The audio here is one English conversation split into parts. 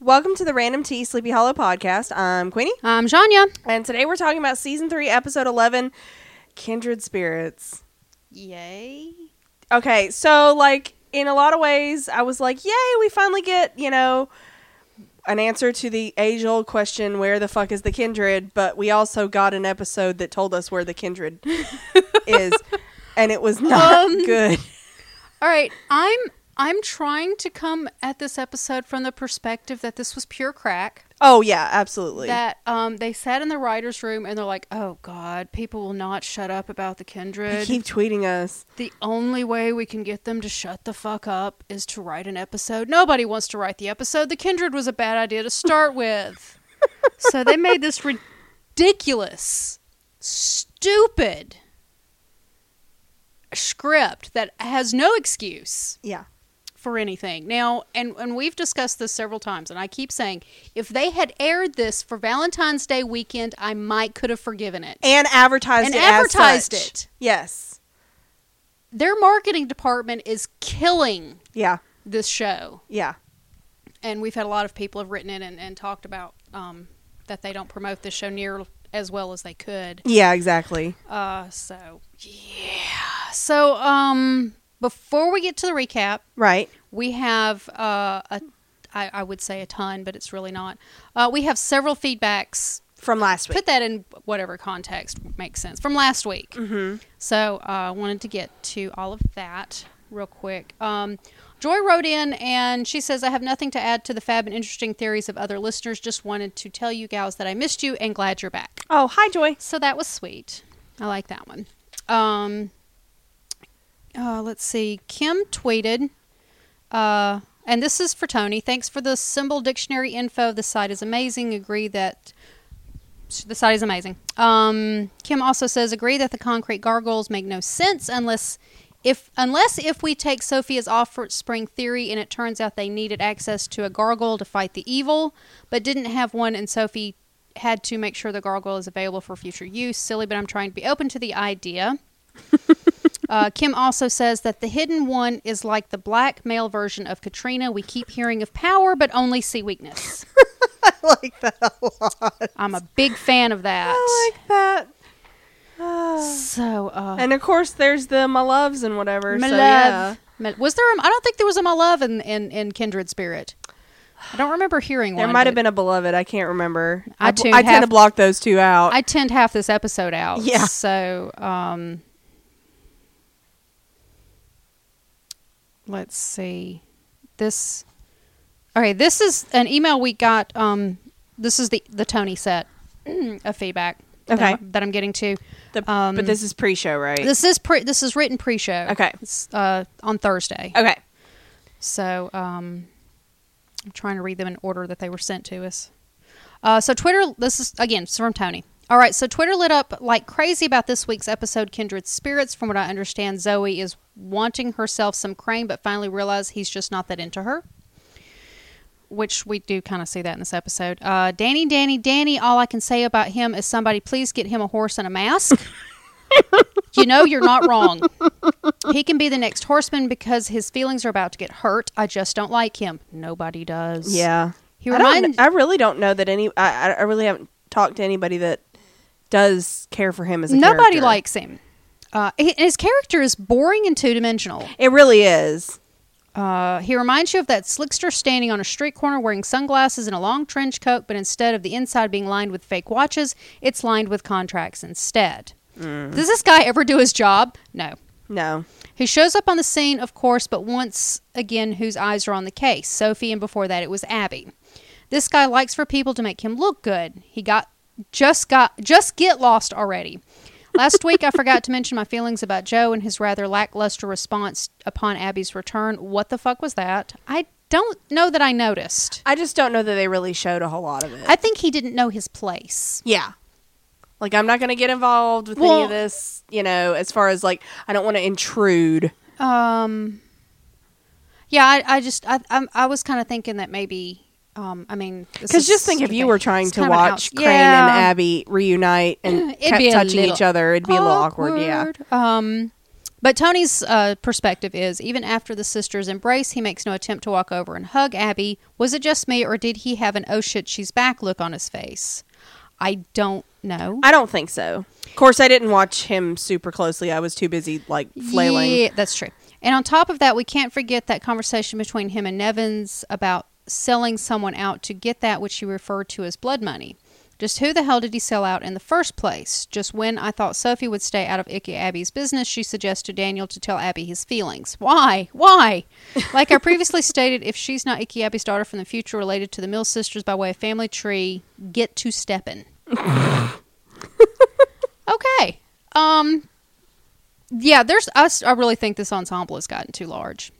Welcome to the Random Tea Sleepy Hollow podcast. I'm Queenie, I'm Um, Janya. and today we're talking about season three, episode 11 Kindred Spirits. Yay. Okay, so like in a lot of ways, I was like, yay, we finally get, you know, an answer to the age old question, where the fuck is the kindred? But we also got an episode that told us where the kindred is, and it was not Um, good. All right, I'm I'm trying to come at this episode from the perspective that this was pure crack. Oh, yeah, absolutely. That um they sat in the writers room and they're like, "Oh god, people will not shut up about the kindred. They keep tweeting us. the only way we can get them to shut the fuck up is to write an episode. Nobody wants to write the episode. The kindred was a bad idea to start with." so they made this ridiculous, stupid script that has no excuse Yeah. for anything. Now, and, and we've discussed this several times, and I keep saying if they had aired this for Valentine's Day weekend, I might could have forgiven it. And advertised And it. as advertised such. it. Yes. Their marketing department is killing Yeah. this show, Yeah. and we've had a lot of people have written in and, and talked about um, that they don't promote this show near as well as they could. Yeah, exactly. Uh, so yeah. So um, before we get to the recap, Right. We have uh, a, I, I would say a ton, but it's really not. Uh, we have several feedbacks. From last week. Put that in whatever context makes sense from last week. Mm-hmm. So uh, I wanted to get to all of that real quick. Um, Joy wrote in and she says, I have nothing to add to the fab and interesting theories of other listeners. Just wanted to tell you gals that I missed you and glad you're back. Oh, hi, Joy. So that was sweet. I like that one. Um, uh, let's see. Kim tweeted, uh, and this is for Tony. Thanks for the symbol dictionary info. The site is amazing. Agree that the site is amazing. Um, Kim also says, agree that the concrete gargoyles make no sense unless. If, unless if we take Sophia's offspring theory and it turns out they needed access to a gargoyle to fight the evil, but didn't have one, and Sophie had to make sure the gargoyle is available for future use. Silly, but I'm trying to be open to the idea. uh, Kim also says that the hidden one is like the black male version of Katrina. We keep hearing of power, but only see weakness. I like that a lot. I'm a big fan of that. I like that. Ah. so, uh, and of course, there's the my loves and whatever. my so, yeah. love. My- Was there? A, I don't think there was a my love in, in, in Kindred Spirit. I don't remember hearing There one. might have but been a beloved. I can't remember. I I, bl- tuned I tend half- to block those two out. I tinned half this episode out. Yeah. So, um, let's see. This. Okay, this is an email we got. Um, this is the the Tony set of feedback. that Okay. I'm- That, I'm getting to. The- um, but this is pre-show, right? This is pre. This is written pre-show. Okay. It's uh on Thursday. okay. So um, I'm trying to read them in order that they were sent to us. Uh, so Twitter, this is again it's from Tony. All right, so Twitter lit up like crazy about this week's episode, Kindred Spirits. From what I understand, Zoe is wanting herself some crane, but finally realized he's just not that into her. Which we do kind of see that in this episode. Uh, Danny, Danny, Danny. All I can say about him is somebody please get him a horse and a mask. you know you're not wrong. He can be the next horseman because his feelings are about to get hurt. I just don't like him. Nobody does. Yeah. He I, don't, reminds. kn- I really don't know that any. I, I- I really haven't talked to anybody that does care for him as a Nobody character. likes him. Uh, hi- his character is boring and two dimensional. It really is. Uh, he reminds you of that slickster standing on a street corner wearing sunglasses and a long trench coat, but instead of the inside being lined with fake watches, it's lined with contracts instead. Does this guy ever do his job? No. No. He shows up on the scene, of course, but once again, whose eyes are on the case? Sophie, and before that, it was Abby. This guy likes for people to make him look good. He got just got just get lost already. Last week, I forgot to mention my feelings about Joe and his rather lackluster response upon Abby's return. What the fuck was that? I don't know that I noticed. I just don't know that they really showed a whole lot of it. I think he didn't know his place. Yeah. Like I'm not going to get involved with any Well- of this, you know, as far as like I don't want to intrude. Um. Yeah, I, I just I I'm, I was kind of thinking that maybe um I mean Cuz just think if you were trying to watch Crane and Abby reunite and It'd kept be a touching little each other, it'd be a little awkward, yeah. Um, But Tony's uh, perspective is even after the sisters embrace, he makes no attempt to walk over and hug Abby. Was it just me, or did he have an oh shit, she's back look on his face? I don't know. I don't think so. Of course, I didn't watch him super closely. I was too busy like flailing. Yeah, that's true. And on top of that, we can't forget that conversation between him and Nevins about selling someone out to get that which he referred to as blood money. Just who the hell did he sell out in the first place? Just when I thought Sophie would stay out of Icky Abby's business, she suggested Daniel to tell Abby his feelings. Why? Why? Like I previously stated, if she's not Icky Abby's daughter from the future related to the Mill sisters by way of family tree, get to steppin'. okay. Um yeah, there's us I really think this ensemble has gotten too large.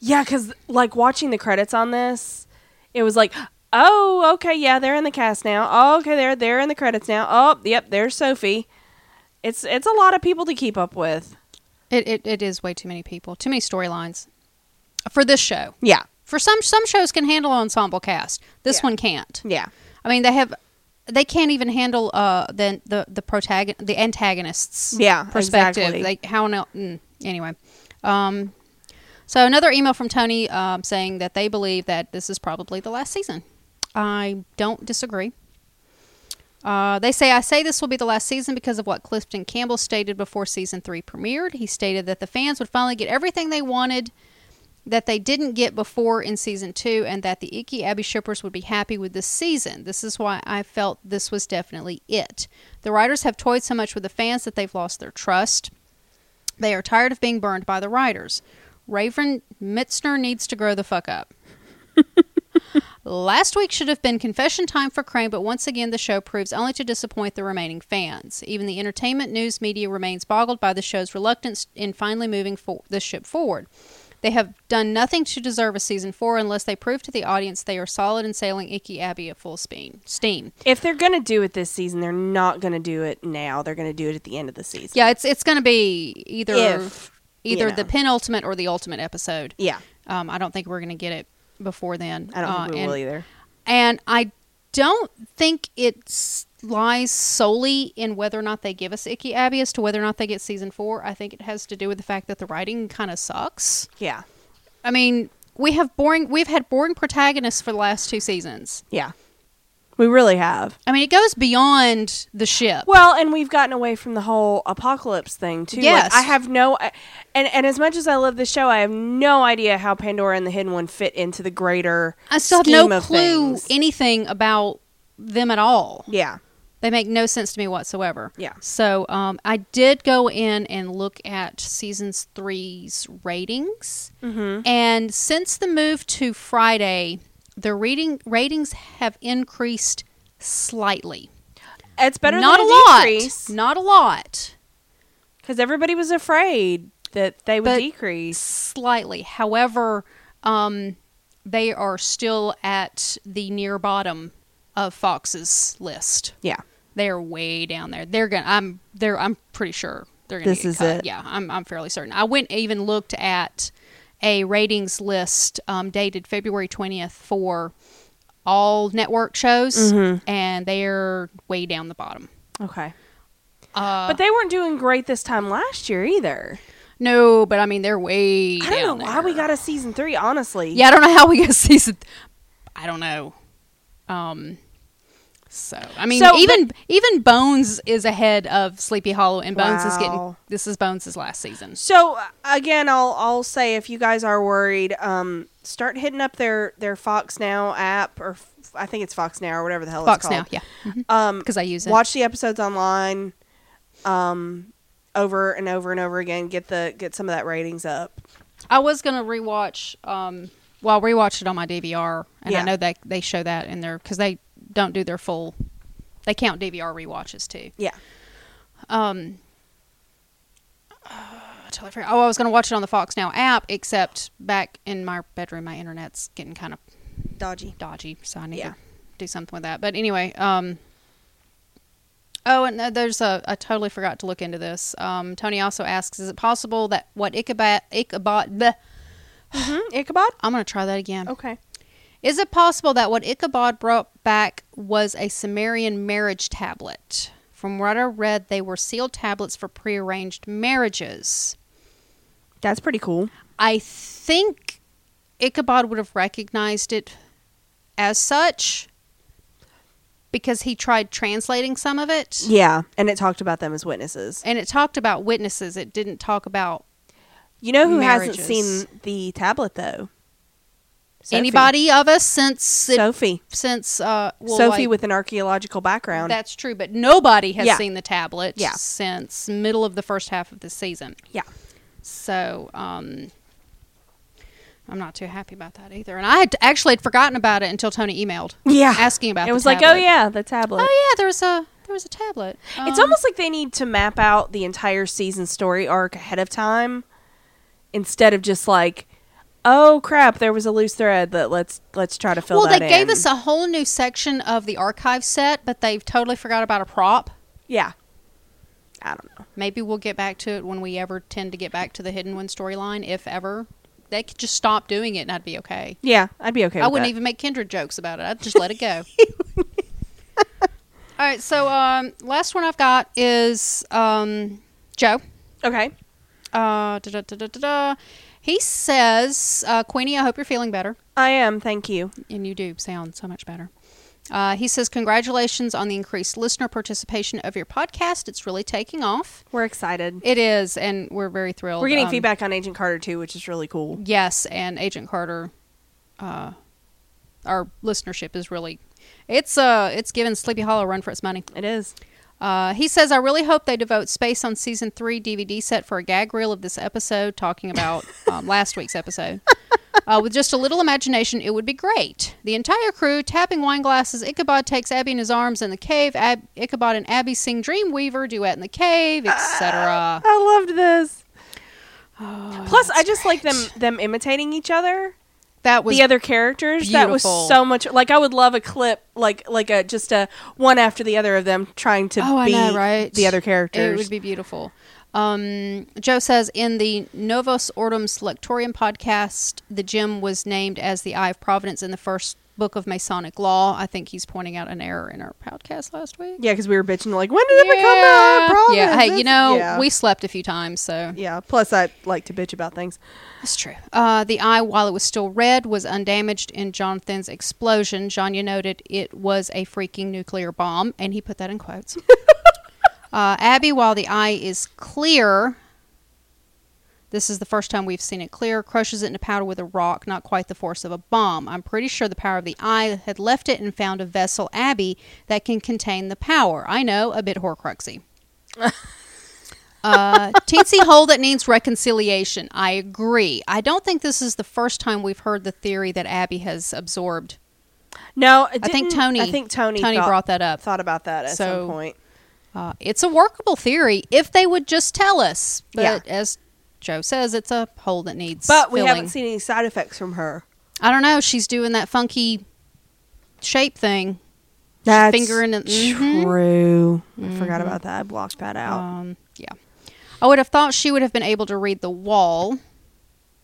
Yeah, because like watching the credits on this, it was like, oh, okay, yeah, they're in the cast now. Oh, okay, they're they're in the credits now. Oh, yep, there's Sophie. It's it's a lot of people to keep up with. It it, it is way too many people, too many storylines for this show. Yeah, For some some shows can handle ensemble cast. This Yeah. one can't. yeah, I mean, they have they can't even handle uh the the the protagon the antagonists Yeah, perspective. exactly. Like how no mm, anyway. Um so another email from Tony um, saying that they believe that this is probably the last season. I don't disagree. Uh, they say, I say this will be the last season because of what Clifton Campbell stated before season three premiered. He stated that the fans would finally get everything they wanted that they didn't get before in season two, and that the Icky Abby shippers would be happy with this season. This is why I felt this was definitely it. The writers have toyed so much with the fans that they've lost their trust. They are tired of being burned by the writers. Raven Mitzner needs to grow the fuck up. Last week should have been confession time for Crane, but once again the show proves only to disappoint the remaining fans. Even the entertainment news media remains boggled by the show's reluctance in finally moving for- the ship forward. They have done nothing to deserve a season four unless they prove to the audience they are solid in sailing Icky Abbey at full speed. Steam. If they're gonna do it this season, they're not gonna do it now. They're gonna do it at the end of the season. Yeah, it's it's going to be either If, you either know. the penultimate or the ultimate episode. yeah. Um, I don't think we're going to get it before then. I don't Uh, think we and- will either. And I don't think it s- lies solely in whether or not they give us Icky Abby as to whether or not they get season four. I think it has to do with the fact that the writing kind of sucks. Yeah, I mean, we have boring. We've had boring protagonists for the last two seasons. yeah. We really have. I mean, it goes beyond the ship. Well, and we've gotten away from the whole apocalypse thing too. Like, Yes. I have no, I- and and as much as I love the show, I have no idea how Pandora and the Hidden One fit into the greater. I still have scheme no of clue things. anything about them at all. yeah, They make no sense to me whatsoever. Yeah. So um, I did go in and look at seasons three's ratings, Mm-hmm. and since the move to Friday, the reading ratings have increased slightly. it's better not than a lot. decrease Not a lot. because everybody was afraid that they would But- decrease. Slightly. However, um, they are still at the near bottom of Fox's list. Yeah, they're way down there. They're gonna. I'm. They're. I'm pretty sure they're gonna. This get is cut. it. Yeah, I'm. I'm fairly certain. I went even looked at a ratings list um, dated February 20th for all network shows, Mm-hmm. and they're way down the bottom. okay, Uh, but they weren't doing great this time last year either. no, but I mean they're way. I don't down know why we there. got a season three. Honestly, Yeah, I don't know how we got season. I don't know. Um. So I mean, So the- even even Bones is ahead of Sleepy Hollow, and Bones is getting Wow. this is Bones' last season. So uh, again, I'll I'll say if you guys are worried, um, start hitting up their their Fox Now app or f- I think it's Fox Now or whatever the hell Fox it's now, called. yeah, Um, because Mm-hmm. I use it. watch the episodes online, um, over and over and over again. Get the get some of that ratings up. I was gonna rewatch. Um, well, I rewatched it on my DVR, and I Yeah. know that they show that in there because they don't do their full. They count DVR rewatches too. Yeah, Um, uh, totally forgot- oh, I was going to watch it on the Fox Now app, except back in my bedroom, my internet's getting kind of dodgy. dodgy, so I need Yeah. to do something with that. But anyway, um, oh, and uh, there's a I totally forgot to look into this. Um, Tony also asks, is it possible that what Ichabod Ichabod bleh, Mm-hmm. Ichabod. I'm going to try that again. Okay. Is it possible that what Ichabod brought back was a Sumerian marriage tablet? From what I read, they were sealed tablets for prearranged marriages. That's pretty cool. I think Ichabod would have recognized it as such because he tried translating some of it. Yeah, and it talked about them as witnesses. And it talked about witnesses. It didn't talk about You know who Marriages. hasn't seen the tablet though? Sophie. anybody of us since it, Sophie. since uh well, Sophie like, with an archaeological background. that's true, but nobody has Yeah. seen the tablet Yeah. since middle of the first half of the season. yeah. So um, I'm not too happy about that either. And I had actually had forgotten about it until Tony emailed Yeah. asking about. it the was like, oh tablet. yeah, the tablet. oh yeah, there was a there was a tablet. It's Um, almost like they need to map out the entire season story arc ahead of time instead of just like, oh crap, there was a loose thread that let's let's try to fill well, that they gave in." us a whole new section of the archive set, but they've totally forgot about a prop. Yeah. I don't know. Maybe we'll get back to it when we ever tend to get back to the hidden one storyline, if ever. They could just stop doing it, and I'd be okay. Yeah, I'd be okay with I wouldn't that. even make kindred jokes about it. I'd just let it go. All right, so um, last one I've got is um, Joe. Okay. Uh, da-da-da-da-da-da. He says, uh, Queenie, I hope you're feeling better. I am, thank you. And you do sound so much better. Uh, he says, Congratulations on the increased listener participation of your podcast. It's really taking off. We're excited. It is, and we're very thrilled. We're getting Um, feedback on Agent Carter too, which is really cool. Yes, and Agent Carter, uh, our listenership is really, it's uh, it's giving Sleepy Hollow a run for its money. It is. Uh, he says, I really hope they devote space on season three DVD set for a gag reel of this episode, talking about um, last week's episode. Uh, with just a little imagination, it would be great. The entire crew tapping wine glasses. Ichabod takes Abby in his arms in the cave. Ab- Ichabod and Abby sing Dreamweaver, duet in the cave, etc. I loved this. Oh, Plus, I just like them them imitating each other. That was the other characters that was beautiful. so much like i would love a clip like like a just a one after the other of them trying to oh, be I know, right? the other It characters would be beautiful. Um, Joe says in the Novos Ordom's Lectorium podcast, the gem was named as the Eye of Providence in the first book of Masonic law. I think he's pointing out an error in our podcast last week. yeah because we were bitching like when did it become a problem Yeah. Hey, you know, yeah. we slept a few times, so yeah plus i like to bitch about things that's true. Uh, the eye, while it was still red, was undamaged in Jonathan's explosion. Janya noted it was a freaking nuclear bomb, and he put that in quotes. uh, Abby, while the eye is clear, this is the first time we've seen it clear, crushes it into powder with a rock, not quite the force of a bomb. I'm pretty sure the power of the eye had left it and found a vessel, Abby, that can contain the power. I know, a bit horcruxy. uh, teensy hole that needs reconciliation. I agree. I don't think this is the first time we've heard the theory that Abby has absorbed. no it I think didn't- Tony. i think tony Tony thought, brought that up. thought about that at So- some point Uh, it's a workable theory if they would just tell us. But Yeah. as Joe says, it's a hole that needs. but we filling. haven't seen any side effects from her I don't know. She's doing that funky shape thing. that's fingering it- Mm-hmm. mhm. true i forgot about that i blocked that out Um, yeah. I would have thought she would have been able to read the wall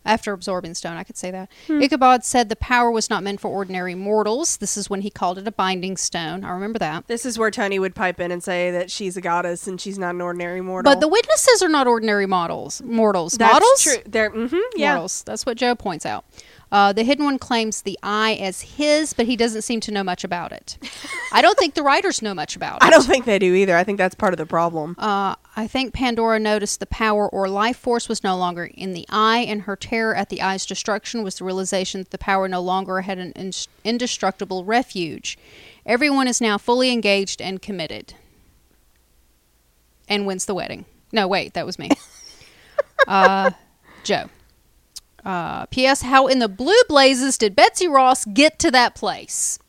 after absorbing stone. I could say that. Hmm. Ichabod said the power was not meant for ordinary mortals. This is when he called it a binding stone. I remember that. this is where tony would pipe in and say that she's a goddess and she's not an ordinary mortal But the witnesses are not ordinary models. Mortals. That's models? true. They're mhm, yeah. Mortals. That's what Joe points out. Uh, the hidden one claims the eye as his, but he doesn't seem to know much about it. I don't think the writers know much about it. I don't think they do either. I think that's part of the problem. Uh, I think Pandora noticed the power or life force was no longer in the eye, and her terror at the eye's destruction was the realization that the power no longer had an in- indestructible refuge. Everyone is now fully engaged and committed. And wins the wedding. No, wait, that was me. uh, Joe. Uh, P.S. How in the blue blazes did Betsy Ross get to that place?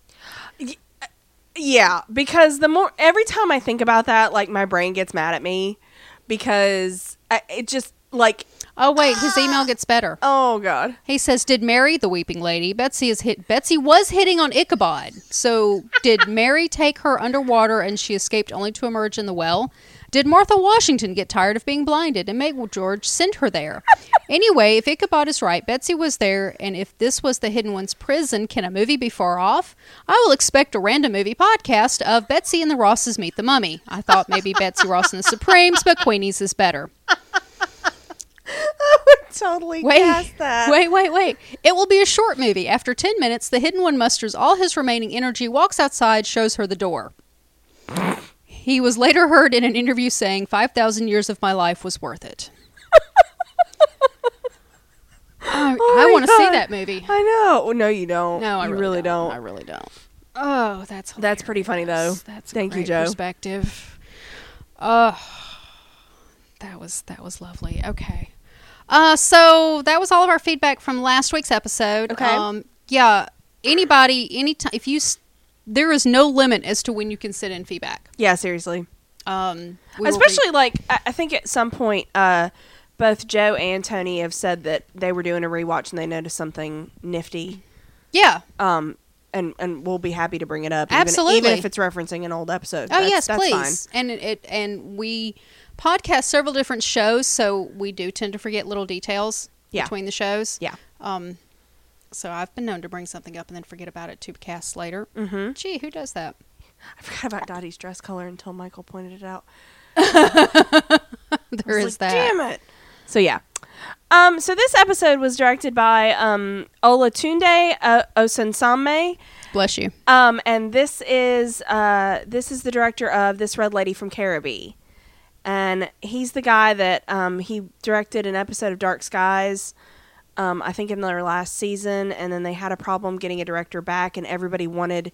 Yeah, because the more every time I think about that, like my brain gets mad at me because I, it just like Oh, wait, his email gets better. oh god. He says, "Did Mary, the weeping lady, Betsy is hit? Betsy was hitting on Ichabod. So did Mary take her underwater, and she escaped only to emerge in the well? Did Martha Washington get tired of being blinded and make George send her there? anyway, if Ichabod is right, Betsy was there, and if this was the hidden one's prison, can a movie be far off? I will expect a random movie podcast of Betsy and the Rosses meet the mummy. I thought maybe Betsy Ross and the Supremes, but Queenie's is better." totally Wait, guessed that. wait, wait, wait. It will be a short movie. After 10 minutes, the hidden one musters all his remaining energy, walks outside, shows her the door. He was later heard in an interview saying, 5,000 years of my life was worth it. I, Oh my want to see God. that movie. I know. No, you don't. No, I you really, don't. I really don't. Oh, that's That's pretty funny though. hilarious. That's a Thank you, great Joe. Perspective. Oh, that was that was lovely. Okay. Uh, so that was all of our feedback from last week's episode. Okay. Um, yeah. Anybody, anytime, if you, s- there is no limit as to when you can send in feedback. Yeah, seriously. Um, we will be- Especially like I, I think at some point, uh, both Joe and Tony have said that they were doing a rewatch and they noticed something nifty. yeah. Oh, Um, and and we'll be happy to bring it up. even- even, Absolutely. if it's referencing an old episode. Oh That's- yes, that's please. Fine. And it, it and we podcast several different shows, so we do tend to forget little details Yeah. between the shows. Yeah. Um, so I've been known to bring something up and then forget about it two casts later. Mm-hmm. Gee, who does that? I forgot about Dottie's dress color until Michael pointed it out. There I is was like, that. Damn it. So yeah. Um, so this episode was directed by um, Olatunde uh, Osensanme, Bless you. um, and this is uh, this is the director of this Red Lady from Caribbee, and he's the guy that um, he directed an episode of Dark Skies, um, I think in their last season, and then they had a problem getting a director back, and everybody wanted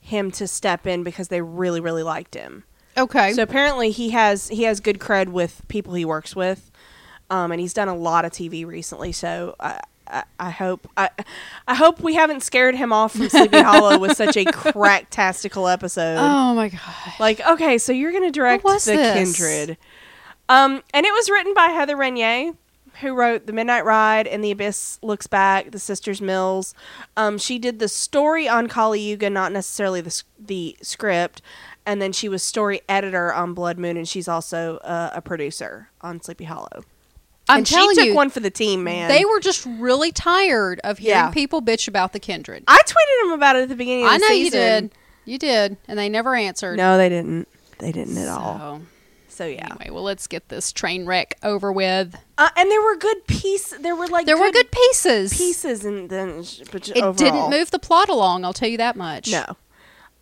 him to step in because they really really liked him. Okay. So um, apparently he has he has good cred with people he works with, um, and he's done a lot of TV recently. So I, I, I hope I, I hope we haven't scared him off from Sleepy Hollow with such a cracktastical episode. oh my god. Like okay, so you're going to direct What was the this? Kindred, um, and it was written by Heather Renier. Who wrote The Midnight Ride and The Abyss Looks Back, The Sisters Mills? Um, she did the story on Kali Yuga, not necessarily the, s- the script. And then she was story editor on Blood Moon, and she's also uh, a producer on Sleepy Hollow. I'm and telling she took you, one for the team, man. they were just really tired of hearing Yeah. people bitch about the kindred. I tweeted them about it at the beginning of I the know season. you did. You did, and they never answered. No, they didn't. They didn't at so, all. So yeah, Anyway, well, let's get this train wreck over with. uh, and there were good pieces. There were like There were good pieces. pieces and then but It overall, didn't move the plot along. I'll tell you that much. no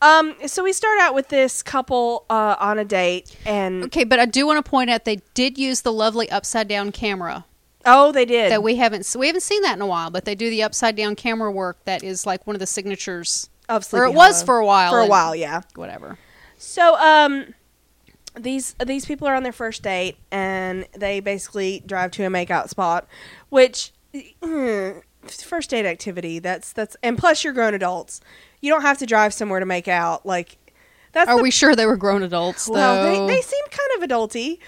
um so we start out with this couple uh on a date and Okay, but I do want to point out they did use the lovely upside down camera oh they did that we haven't s- we haven't seen that in a while. But they do the upside down camera work that is like one of the signatures, of or Sleepy it was Hollow. for a while. for a and while yeah whatever. so um these these people are on their first date and they basically drive to a makeout spot which mm, first date activity that's that's and plus you're grown adults you don't have to drive somewhere to make out like that's Are the, we sure they were grown adults though? well they, they seem kind of adulty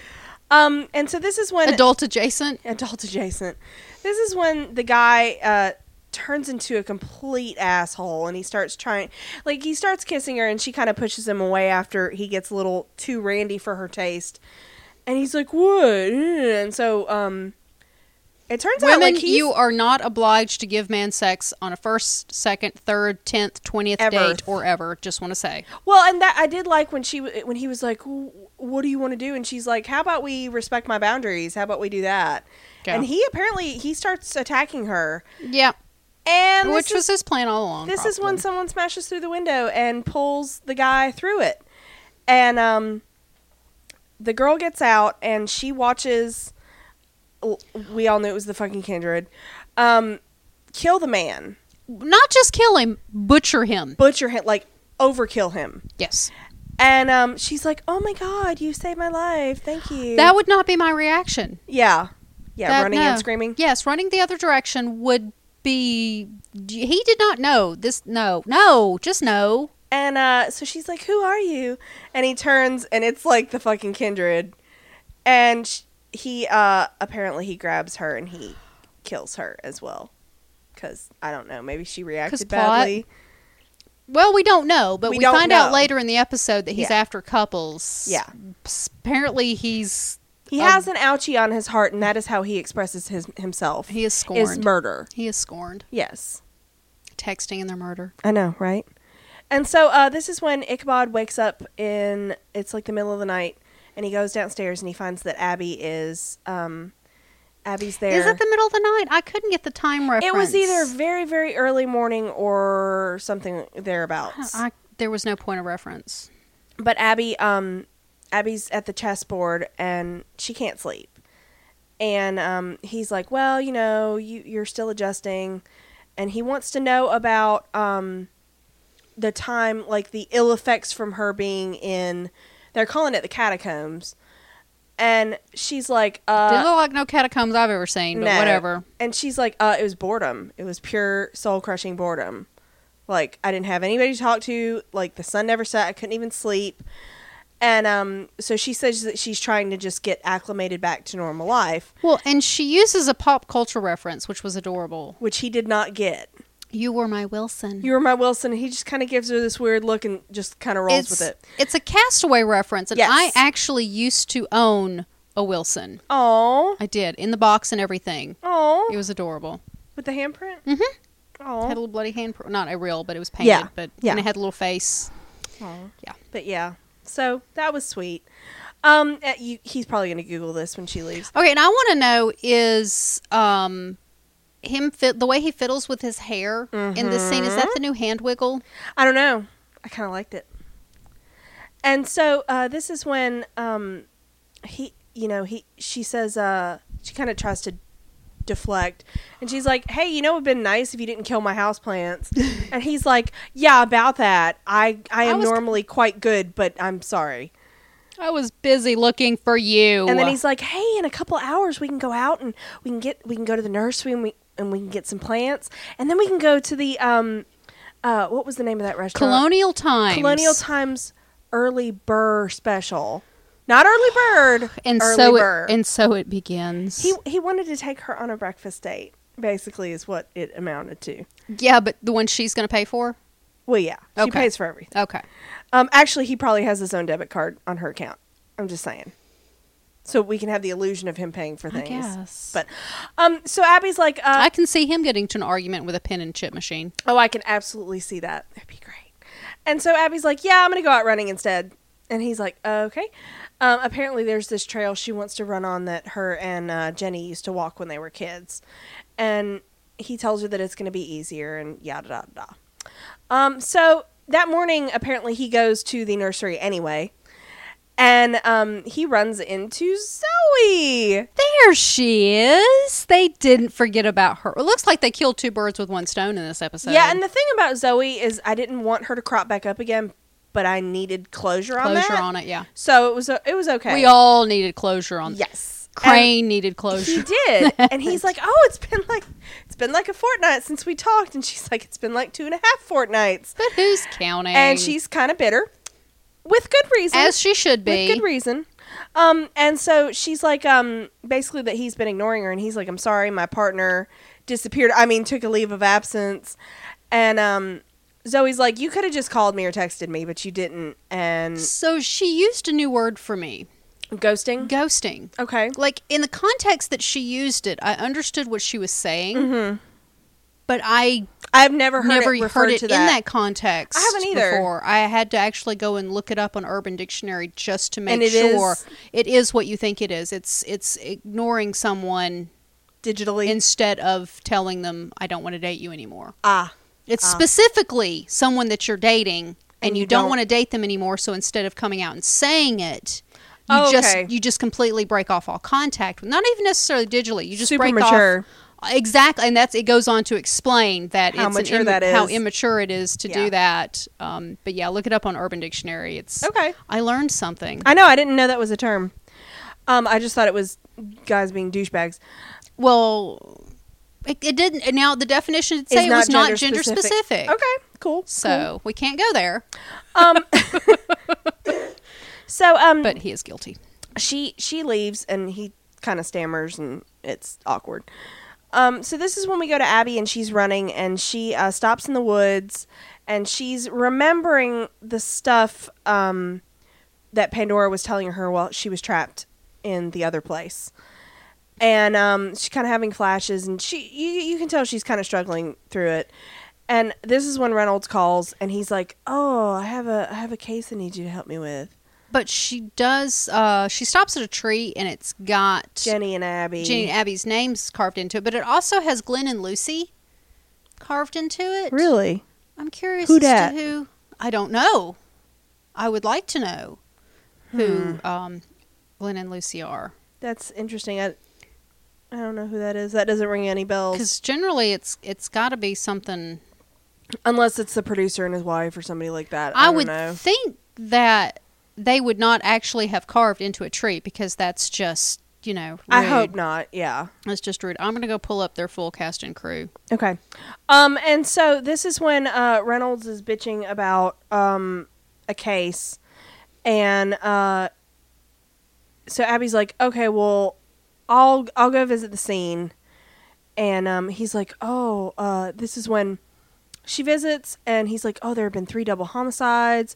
um and so this is when Adult adjacent. adult adjacent. This is when the guy uh, turns into a complete asshole and he starts trying, like, he starts kissing her and she kind of pushes him away after he gets a little too randy for her taste. And he's like, what? And so, um, it turns out, Women, like, he's you are not obliged to give man sex on a first, second, third, tenth, twentieth Ever. date or ever. Just want to say. Well, and that I did like when she w- when he was like, "W- "What do you want to do?" and she's like, "How about we respect my boundaries? How about we do that?" Yeah. And he apparently he starts attacking her, Yeah, and this which is- was his plan all along. This is probably. when someone smashes through the window and pulls the guy through it. And um, the girl gets out and she watches. l- We all knew it was the fucking kindred. Um, kill the man, not just kill him, butcher him. butcher him, like overkill him. Yes. And um, she's like, "Oh my god, you saved my life. Thank you." That would not be my reaction. yeah, yeah, That- running no. and screaming. Yes, running the other direction would be. He did not know this. No, no, just no. And uh, so she's like, "Who are you?" And he turns, and it's like the fucking kindred. And sh- he uh, apparently he grabs her and he kills her as well. Because I don't know, maybe she reacted plot. badly. Well, we don't know, but We we, don't find out know. later in the episode that he's Yeah. after couples. Yeah. S- Apparently, he's He Um, has an ouchie on his heart, and that is how he expresses his himself. he is is scorned. murder. he is scorned. Yes, Texting in their murder. I know, right? And so uh, this is when Ichabod wakes up in it's like the middle of the night, and he goes downstairs and he finds that Abby is um, Abby's there. Is it the middle of the night? I couldn't get the time reference. It was either very, very early morning or something thereabouts. Uh, I, there was no point of reference. but Abby, um, Abby's at the chessboard and she can't sleep. And um, he's like, "Well, you know, you you're still adjusting," and he wants to know about um, the time, like the ill effects from her being in. They're calling it the catacombs, and she's like, Didn't uh, look like no catacombs I've ever seen, but no. whatever. And she's like, uh, it was boredom. It was pure soul crushing boredom. Like, I didn't have anybody to talk to. Like, the sun never set. I couldn't even sleep. And um, so she says that she's trying to just get acclimated back to normal life, Well, and she uses a pop culture reference, which was adorable. which he did not get. You were my Wilson. You were my Wilson. And he just kind of gives her this weird look and just kind of rolls it's, with it. It's a castaway reference, and Yes. I actually used to own a Wilson. Oh, I did in the box and everything. It oh, was adorable. with the handprint. Mhm. It had a Oh, little bloody hand, not a real, but it was painted. Yeah, but yeah. and it had a little face. but yeah. So that was sweet. Um, uh, you, he's probably gonna Google this when she leaves. Okay, and I want to know is um him fit the way he fiddles with his hair in this scene is that the new hand wiggle? I don't know. I kind of liked it. And so uh, this is when um, he, you know, he she says uh, she kind of tries to deflect, and she's like, "Hey, you know, it'd been nice if you didn't kill my houseplants." and he's like, "Yeah, about that. I I am was- normally quite good, but I'm sorry." I was busy looking for you. And then he's like, "Hey, in a couple hours we can go out and we can get we can go to the nursery and we and we can get some plants, and then we can go to the um, uh, what was the name of that restaurant? colonial times. Colonial Times early burr special. Not early bird. And early so burr. it, and so it begins. he he wanted to take her on a breakfast date, basically is what it amounted to. yeah, but the one she's going to pay for? Well, yeah. She Okay. pays for everything. Okay. Um actually he probably has his own debit card on her account. I'm just saying. So we can have the illusion of him paying for things. guess. But um so Abby's like uh, I can see him getting to an argument with a pen and chip machine. Oh, I can absolutely see that. That'd be great. And so Abby's like, Yeah, I'm going to go out running instead. And he's like, Okay. Um, apparently, there's this trail she wants to run on that her and uh, Jenny used to walk when they were kids. And he tells her that it's going to be easier and yada, yada, yada. Um, so that morning, apparently, he goes to the nursery anyway. And um, he runs into Zoe. There she is. They didn't forget about her. It looks like they killed two birds with one stone in this episode. Yeah, and the thing about Zoe is I didn't want her to crop back up again, but I needed closure on that. closure on it, yeah. So it was a, it was okay. We all needed closure on yes. And Crane needed he closure. did, and he's like, "Oh, it's been like it's been like a fortnight since we talked," and she's like, "It's been like two and a half fortnights," But who's counting? and she's kind of bitter, with good reason, as she should be. with good reason. Um, and so she's like, um, basically that he's been ignoring her, and he's like, "I'm sorry, my partner disappeared. I mean, took a leave of absence," and um, Zoe's like, "You could have just called me or texted me, but you didn't." And so she used a new word for me, ghosting. ghosting. Okay. Like in the context that she used it, I understood what she was saying. But I I've never heard never it referred heard it to in that. that context. I haven't either. Before. I had to actually go and look it up on Urban Dictionary just to make And it sure is- it is what you think it is. It's it's ignoring someone digitally. instead of telling them I don't want to date you anymore. ah, It's specifically someone that you're dating and, And you, you don't, don't- want to date them anymore, so instead of coming out and saying it, you Oh, just okay. you just completely break off all contact. Not even necessarily digitally. You just Super break mature. off exactly and that's it goes on to explain that How it's an mature that how is. immature it is to Yeah. do that. Um, but yeah, look it up on Urban Dictionary. It's Okay. I learned something. I know. I didn't know that was a term. Um, I just thought it was guys being douchebags. well, it, it didn't. Now the definition did say It's it was not gender gender-specific. specific. Okay, cool. So we can't go there. So um, But he is guilty. she she leaves and he kind of stammers and it's awkward. Um, so this is when we go to Abby and she's running and she uh, stops in the woods and she's remembering the stuff um, that Pandora was telling her while she was trapped in the other place. And um, she's kind of having flashes and she you, you can tell she's kind of struggling through it. And this is when Reynolds calls and he's like, "Oh, I have a I have a case I need you to help me with." but she does. Uh, she stops at a tree, and it's got Jenny, Jenny and Abby. and Abby's names carved into it. But it also has Glenn and Lucy carved into it. Really? I'm curious Who as dat? to who. I don't know. I would like to know who Hmm. um, Glenn and Lucy are, That's interesting. I, I don't know who that is. That doesn't ring any bells. because generally it's it's got to be something. Unless it's the producer and his wife or somebody like that. I, I, don't would know. think that they would not actually have carved into a tree because that's just you know. Rude. I hope not. Yeah. that's just rude. I'm gonna go pull up their full cast and crew. Okay. Um, and so this is when uh, Reynolds is bitching about um, a case. And uh, so Abby's like, okay, well, I'll, I'll go visit the scene. And um, he's like, oh, uh, this is when she visits. And he's like, oh, there have been three double homicides.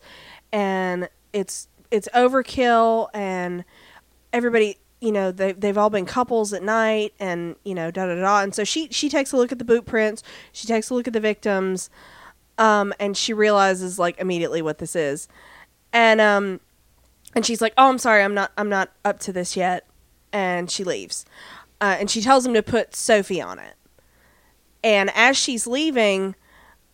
And it's, it's overkill. And everybody you know they, they've all been couples at night and you know da da da and so she she takes a look at the boot prints she takes a look at the victims um and she realizes like immediately what this is and um and she's like oh i'm sorry i'm not i'm not up to this yet and she leaves uh, and she tells him to put sophie on it and as she's leaving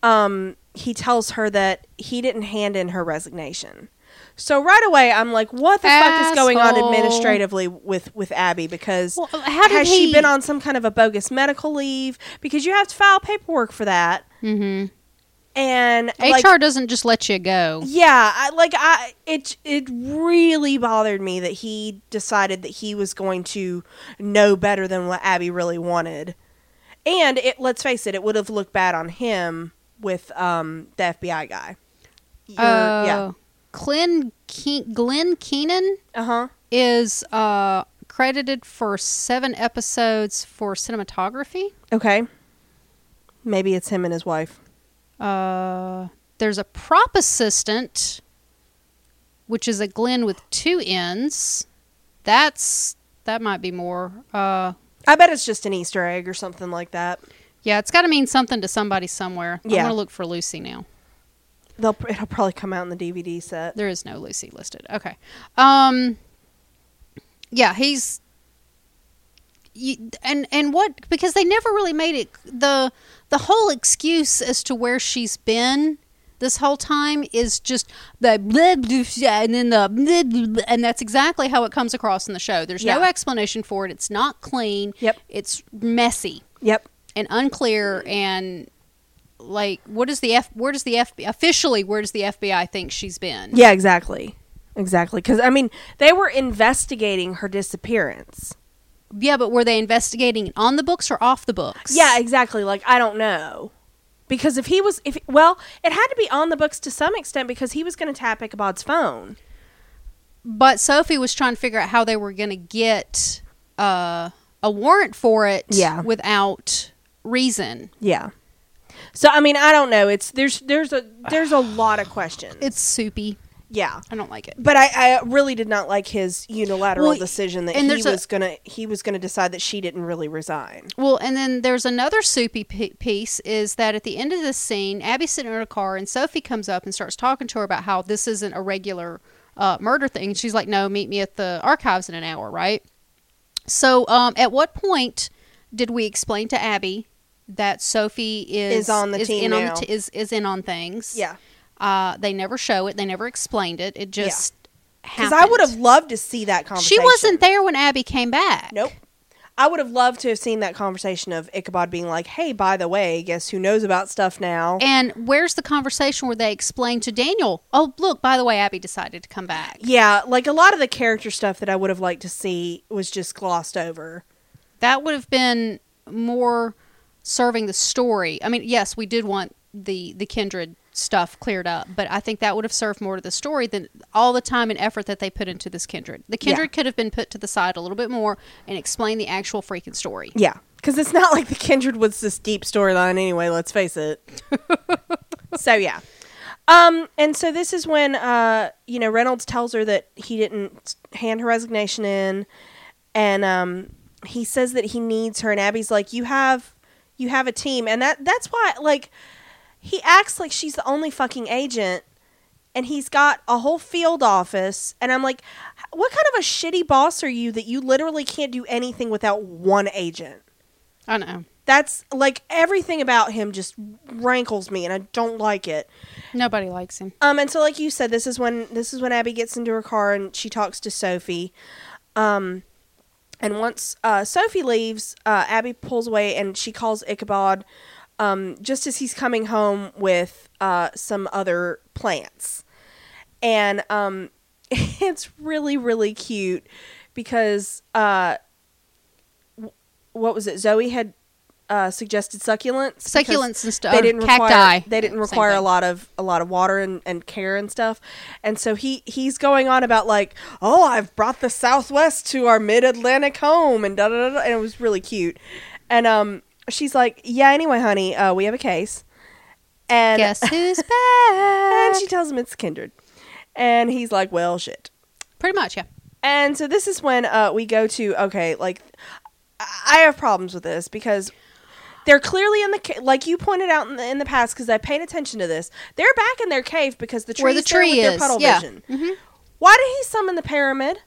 um he tells her that he didn't hand in her resignation so right away i'm like what the fuck is going on Asshole. administratively negatively with with Abby because Well, how did has he- she been on some kind of a bogus medical leave? Because you have to file paperwork for that, Mm-hmm. and like, HR doesn't just let you go. yeah, I, like I it it really bothered me that he decided that he was going to know better than what Abby really wanted, and it let's face it, it would have looked bad on him with um the FBI guy. Your- Uh, yeah. Glenn Ke- Glenn Keenan Uh huh. is uh, credited for seven episodes for cinematography. Okay. Maybe it's him and his wife. Uh, there's a prop assistant, which is a Glenn with two N's. That's that might be more. Uh, I bet it's just an Easter egg or something like that. yeah, it's got to mean something to somebody somewhere. I'm Yeah. gonna look for Lucy now. They'll it'll probably come out in the DVD set. There is no Lucy listed. Okay. Um Yeah, he's you- and and what because they never really made it the the whole excuse as to where she's been this whole time is just the blah, blah, blah, and then the blah, blah, blah, and that's exactly how it comes across in the show. There's no Yeah. explanation for it. It's not clean. Yep. It's messy Yep. and unclear and like what does the F where does the FBI officially where does the FBI think she's been? Yeah, exactly. Exactly. Because, I mean, they were investigating her disappearance. Yeah, but were they investigating it on the books or off the books? Yeah, exactly. Like, I don't know. Because if he was, if well, it had to be on the books to some extent because he was going to tap Ichabod's phone. But Sophie was trying to figure out how they were going to get uh, a warrant for it Yeah. without reason. Yeah. So I mean, I don't know. It's there's there's a there's a lot of questions. It's soupy. yeah. I don't like it. But I, I really did not like his unilateral Well, decision that and he there's a- was gonna he was gonna decide that she didn't really resign. Well, and then there's another soupy p- piece is that at the end of this scene, Abby's sitting in a car and Sophie comes up and starts talking to her about how this isn't a regular uh, murder thing. And she's like, no, meet me at the archives in an hour, right? So um, at what point did we explain to Abby that Sophie is, Is on the team in on now. the t- is, is in on things? Yeah. Uh, they never show it. They never explained it. It just Because happened. I would have loved to see that She conversation. wasn't there when Abby came back. Nope. I would have loved to have seen that conversation of Ichabod being like, "Hey, by the way, guess who knows about stuff now?" And where's the conversation where they explain to Daniel, oh, look, by the way, Abby decided to come back? yeah, like a lot of the character stuff that I would have liked to see was just glossed over. That would have been more serving the story. I mean, yes, we did want the, the kindred stuff cleared up, but I think that would have served more to the story than all the time and effort that they put into this kindred. The kindred could have been put to the side a little bit more and explain the actual freaking story. Yeah, because it's not like the Kindred was this deep storyline anyway. Let's face it. so yeah, um, and so this is when uh, you know Reynolds tells her that he didn't hand her resignation in, and um, he says that he needs her, and Abby's like, "You have, you have a team," and that that's why like he acts like she's the only fucking agent. and he's got a whole field office and i'm like what kind of a shitty boss are you that you literally can't do anything without one agent I know. that's like everything about him just rankles me and i don't like it Nobody likes him. um, and so, like you said, this is when this is when Abby gets into her car and she talks to Sophie. Um, and once uh, Sophie leaves, uh, Abby pulls away and she calls Ichabod um, just as he's coming home with uh, some other plants. And um, it's really, really cute because uh, w- what was it? Zoe had uh, suggested succulents. because- Succulents and stuff. they didn't cacti. require they Yeah, didn't same require a thing. lot of a lot of water and, and care and stuff and so he he's going on about like oh i've brought the southwest to our mid-atlantic home and da da da, da and it was really cute and um she's like yeah anyway honey uh, we have a case and Guess who's back? and she tells him it's kindred and he's like well shit Pretty much, yeah. and so this is when uh, we go to okay, like I- I have problems with this because they're clearly in the ca- like you pointed out in the, in the past because I paid attention to this. They're back in their cave because the tree Where the tree there with their is, puddle yeah. vision. Mhm. Why did he summon the pyramid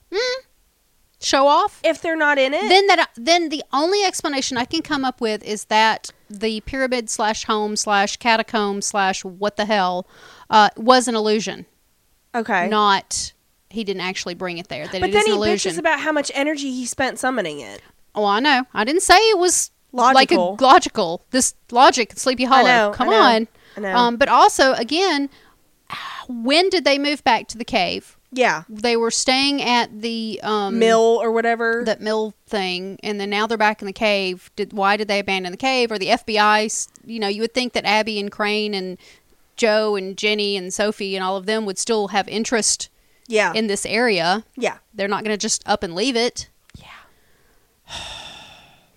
Show off. if they're not in it? Then that then the only explanation I can come up with is that the pyramid slash home slash catacomb slash what the hell uh, was an illusion, okay, not he didn't actually bring it there. That but it then is he an illusion. bitches about how much energy he spent summoning it. oh, I know. I didn't say it was Logical. like a logical. This logic, Sleepy Hollow. know, I Come know, on. I know. Um, but also again, when did they move back to the cave? Yeah, They were staying at the um, mill or whatever. that mill thing and then now they're back in the cave did why did they abandon the cave or the fbi 's- you know you would think that abby and crane and joe and jenny and sophie and all of them would still have interest yeah, in this area yeah, they're not going to just up and leave it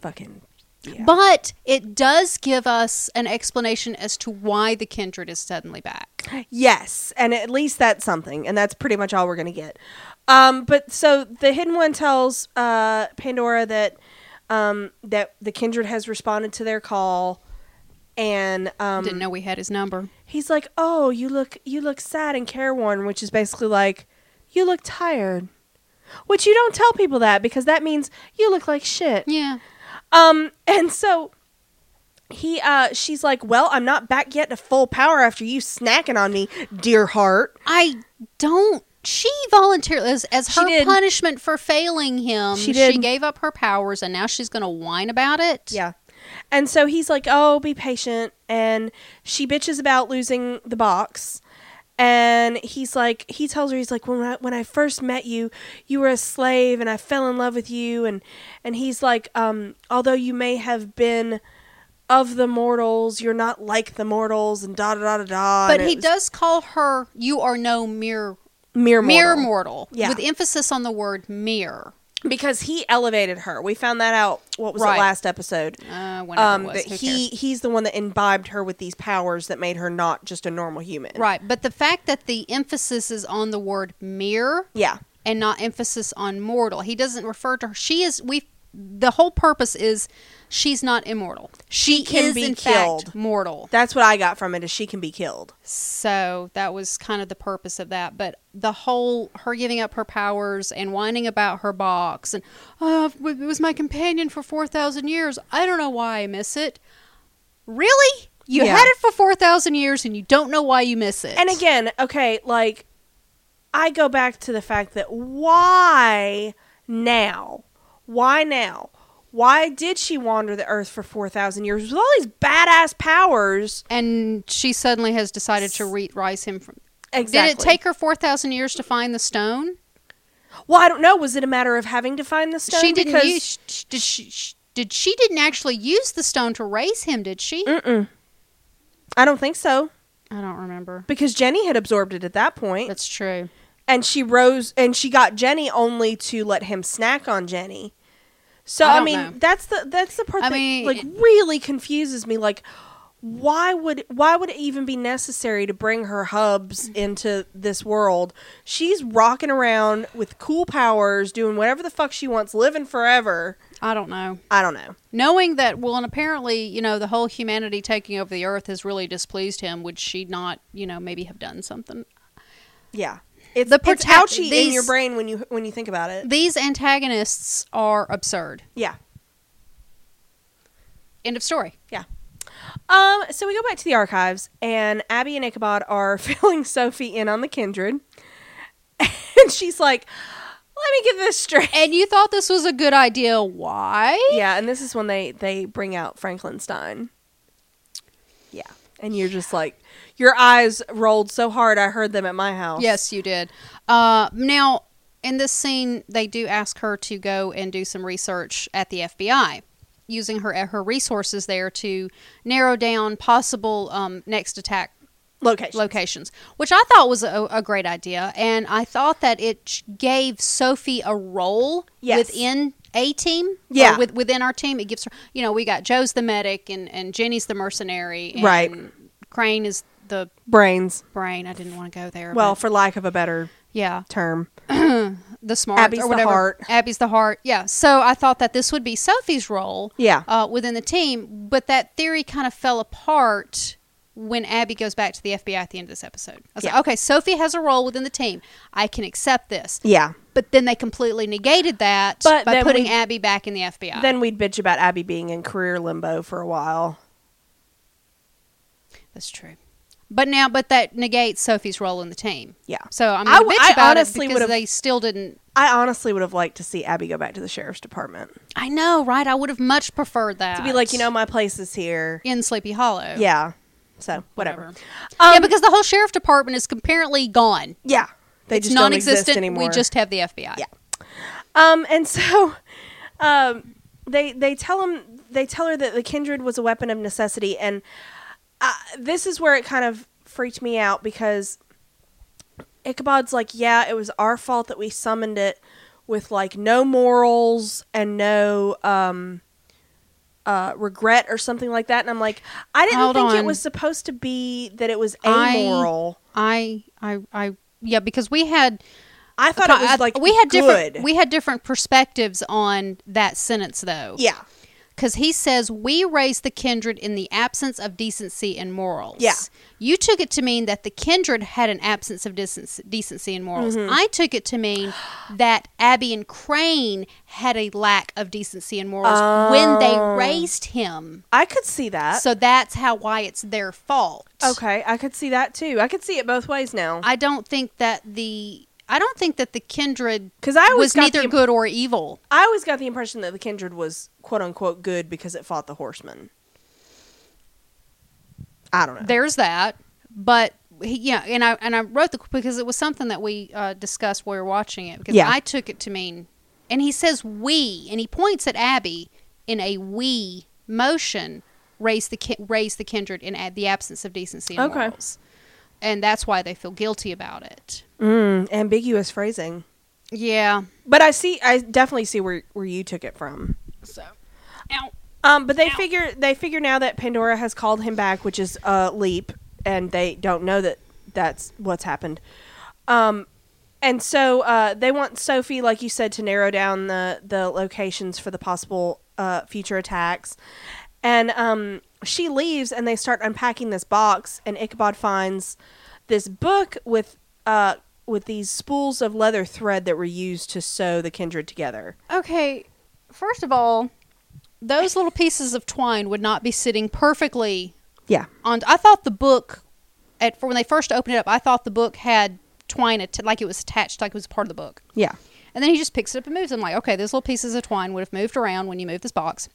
fucking yeah. but it does give us an explanation as to why the kindred is suddenly back Yes, and at least that's something, and that's pretty much all we're gonna get. Um, but so the hidden one tells uh, Pandora that um, that the kindred has responded to their call, and um, didn't know we had his number he's like, "Oh, you look you look sad and careworn," which is basically like, "You look tired," which you don't tell people that because that means you look like shit. yeah Um, and so he uh she's like, Well, I'm not back yet to full power after you snacking on me, dear heart. i don't she voluntarily as, as She her did. punishment for failing him She did. she gave up her powers and now she's going to whine about it Yeah. And so he's like, Oh, be patient and she bitches about losing the box. And he's like, he tells her, he's like, when I, when I first met you, you were a slave, and I fell in love with you. And and he's like, um, although you may have been of the mortals, you're not like the mortals, and da da da da da. But and it he was does call her "you are no mere mere mere mortal. mortal," Yeah. with emphasis on the word "mere." because he elevated her. We found that out. What was Right. the last episode? Uh, whenever Um, it was, that who he cares? he's the one that imbibed her with these powers that made her not just a normal human. right. But the fact that the emphasis is on the word "mere" Yeah. and not emphasis on mortal, he doesn't refer to her. She is we. The whole purpose is she's not immortal. She, can is be in killed. fact mortal. That's what I got from it. Is she can be killed? So that was kind of the purpose of that. But the whole her giving up her powers and whining about her box and oh, it was my companion for four thousand years. I don't know why I miss it. Really, you Yeah. had it for four thousand years and you don't know why you miss it. And again, okay, like I go back to the fact that why now? Why now? Why did she wander the earth for four thousand years with all these badass powers? and she suddenly has decided to re- rise him from. Exactly. Did it take her four thousand years to find the stone? Well, I don't know. Was it a matter of having to find the stone? she didn't Because- use. sh- Did she? sh- Did she didn't actually use the stone to raise him? Did she? Mm-mm. I don't think so I don't remember. because Jenny had absorbed it at that point, That's true. and she rose and she got Jenny only to let him snack on Jenny. So I I, don't mean, know. that's the that's the part I that mean, like it- really confuses me. Like, why would why would it even be necessary to bring her Mm. hubs into this world? She's rocking around with cool powers, doing whatever the fuck she wants, living forever. I don't know. I don't know. knowing that well and apparently you know the whole humanity taking over the earth has really displeased him would she not you know maybe have done something Yeah. It's, The the protect- it's ouchy in these- your brain when you when you think about it. These antagonists are absurd. Yeah. End of story. Yeah. Um, so we go back to the archives, and Abby and Ichabod are filling Sophie in on the kindred. And she's like, let me get this straight. And you thought this was a good idea. Why? Yeah, and this is when they, they bring out Frankenstein. Yeah. And you're just like, your eyes rolled so hard, I heard them at my house. Yes, you did. Uh, now, in this scene, they do ask her to go and do some research at the FBI, using her her resources there to narrow down possible um, next attack Location. locations, which I thought was a, a great idea, and I thought that it sh- gave Sophie a role Yes. within a team. or Yeah. with, within our team, it gives her. You know, we got Joe's the medic, and and Jenny's the mercenary, and Right. Crane is the Brains. brain. I didn't want to go there. Well, but- for lack of a better yeah term. the smart Abby's or the whatever. heart. Abby's the heart. Yeah. So I thought that this would be Sophie's role. Yeah. Uh, within the team, but that theory kind of fell apart when Abby goes back to the FBI at the end of this episode. I was Yeah. like, okay, Sophie has a role within the team. I can accept this. Yeah. But then they completely negated that But by then putting we- Abby back in the FBI. Then we'd bitch about Abby being in career limbo for a while. That's true. But now, but that negates Sophie's role in the team. Yeah. So I'm I gonna w- bitch I about honestly it because would've- they still didn't. I honestly would have liked to see Abby go back to the sheriff's department. I know, right? I would have much preferred that To be like, you know, my place is here. in Sleepy Hollow. Yeah. So, whatever. yeah, because the whole sheriff department is apparently gone. Yeah. They It's just don't non-existent. exist anymore. We just have the FBI. Yeah. Um, and so, um, they they tell him they tell her that the kindred was a weapon of necessity, and uh, this is where it kind of freaked me out because Ichabod's like, yeah, it was our fault that we summoned it with like no morals and no um. Uh, regret or something like that, and I'm like, I didn't Hold think on. it was supposed to be that it was I- amoral. I, I, I, yeah, because we had, I, thought it was I- like we had good. different, we had different perspectives on that sentence though. yeah, because he says we raise the kindred in the absence of decency and morals. Yeah. you took it to mean that the kindred had an absence of decency, decency and morals. Mm-hmm. I took it to mean that Abby and Crane had a lack of decency and morals when they Oh. raised him. I could see that. So that's how why it's their fault. Uh, Okay, I could see that too. I could see it both ways now. I don't think that the I don't think that the kindred 'Cause I always was got neither the- good or evil. I always got the impression that the kindred was quote unquote good because it fought the horsemen. I don't know. There's that, but he, yeah, and I and I wrote the because it was something that we uh, discussed while we were watching it because Yeah. I took it to mean, and he says we, and he points at Abby in a we motion, raise the ki- raise the kindred in a- the absence of decency and Okay. morals, and that's why they feel guilty about it. Mm, ambiguous phrasing. Yeah, But I see I definitely see where where you took it from. so. Ow. Um but they Ow. figure they figure now that Pandora has called him back, which is a leap and they don't know that that's what's happened. Um and so uh, they want Sophie, like you said, to narrow down the, the locations for the possible uh, future attacks. And um, she leaves, and they start unpacking this box. And Ichabod finds this book with uh, with these spools of leather thread that were used to sew the kindred together. Okay, first of all, those little pieces of twine would not be sitting perfectly Yeah, on. I thought the book, at for when they first opened it up, I thought the book had twine at, like it was attached, like it was part of the book. yeah, And then he just picks it up and moves. I'm like, okay, those little pieces of twine would have moved around when you moved this box.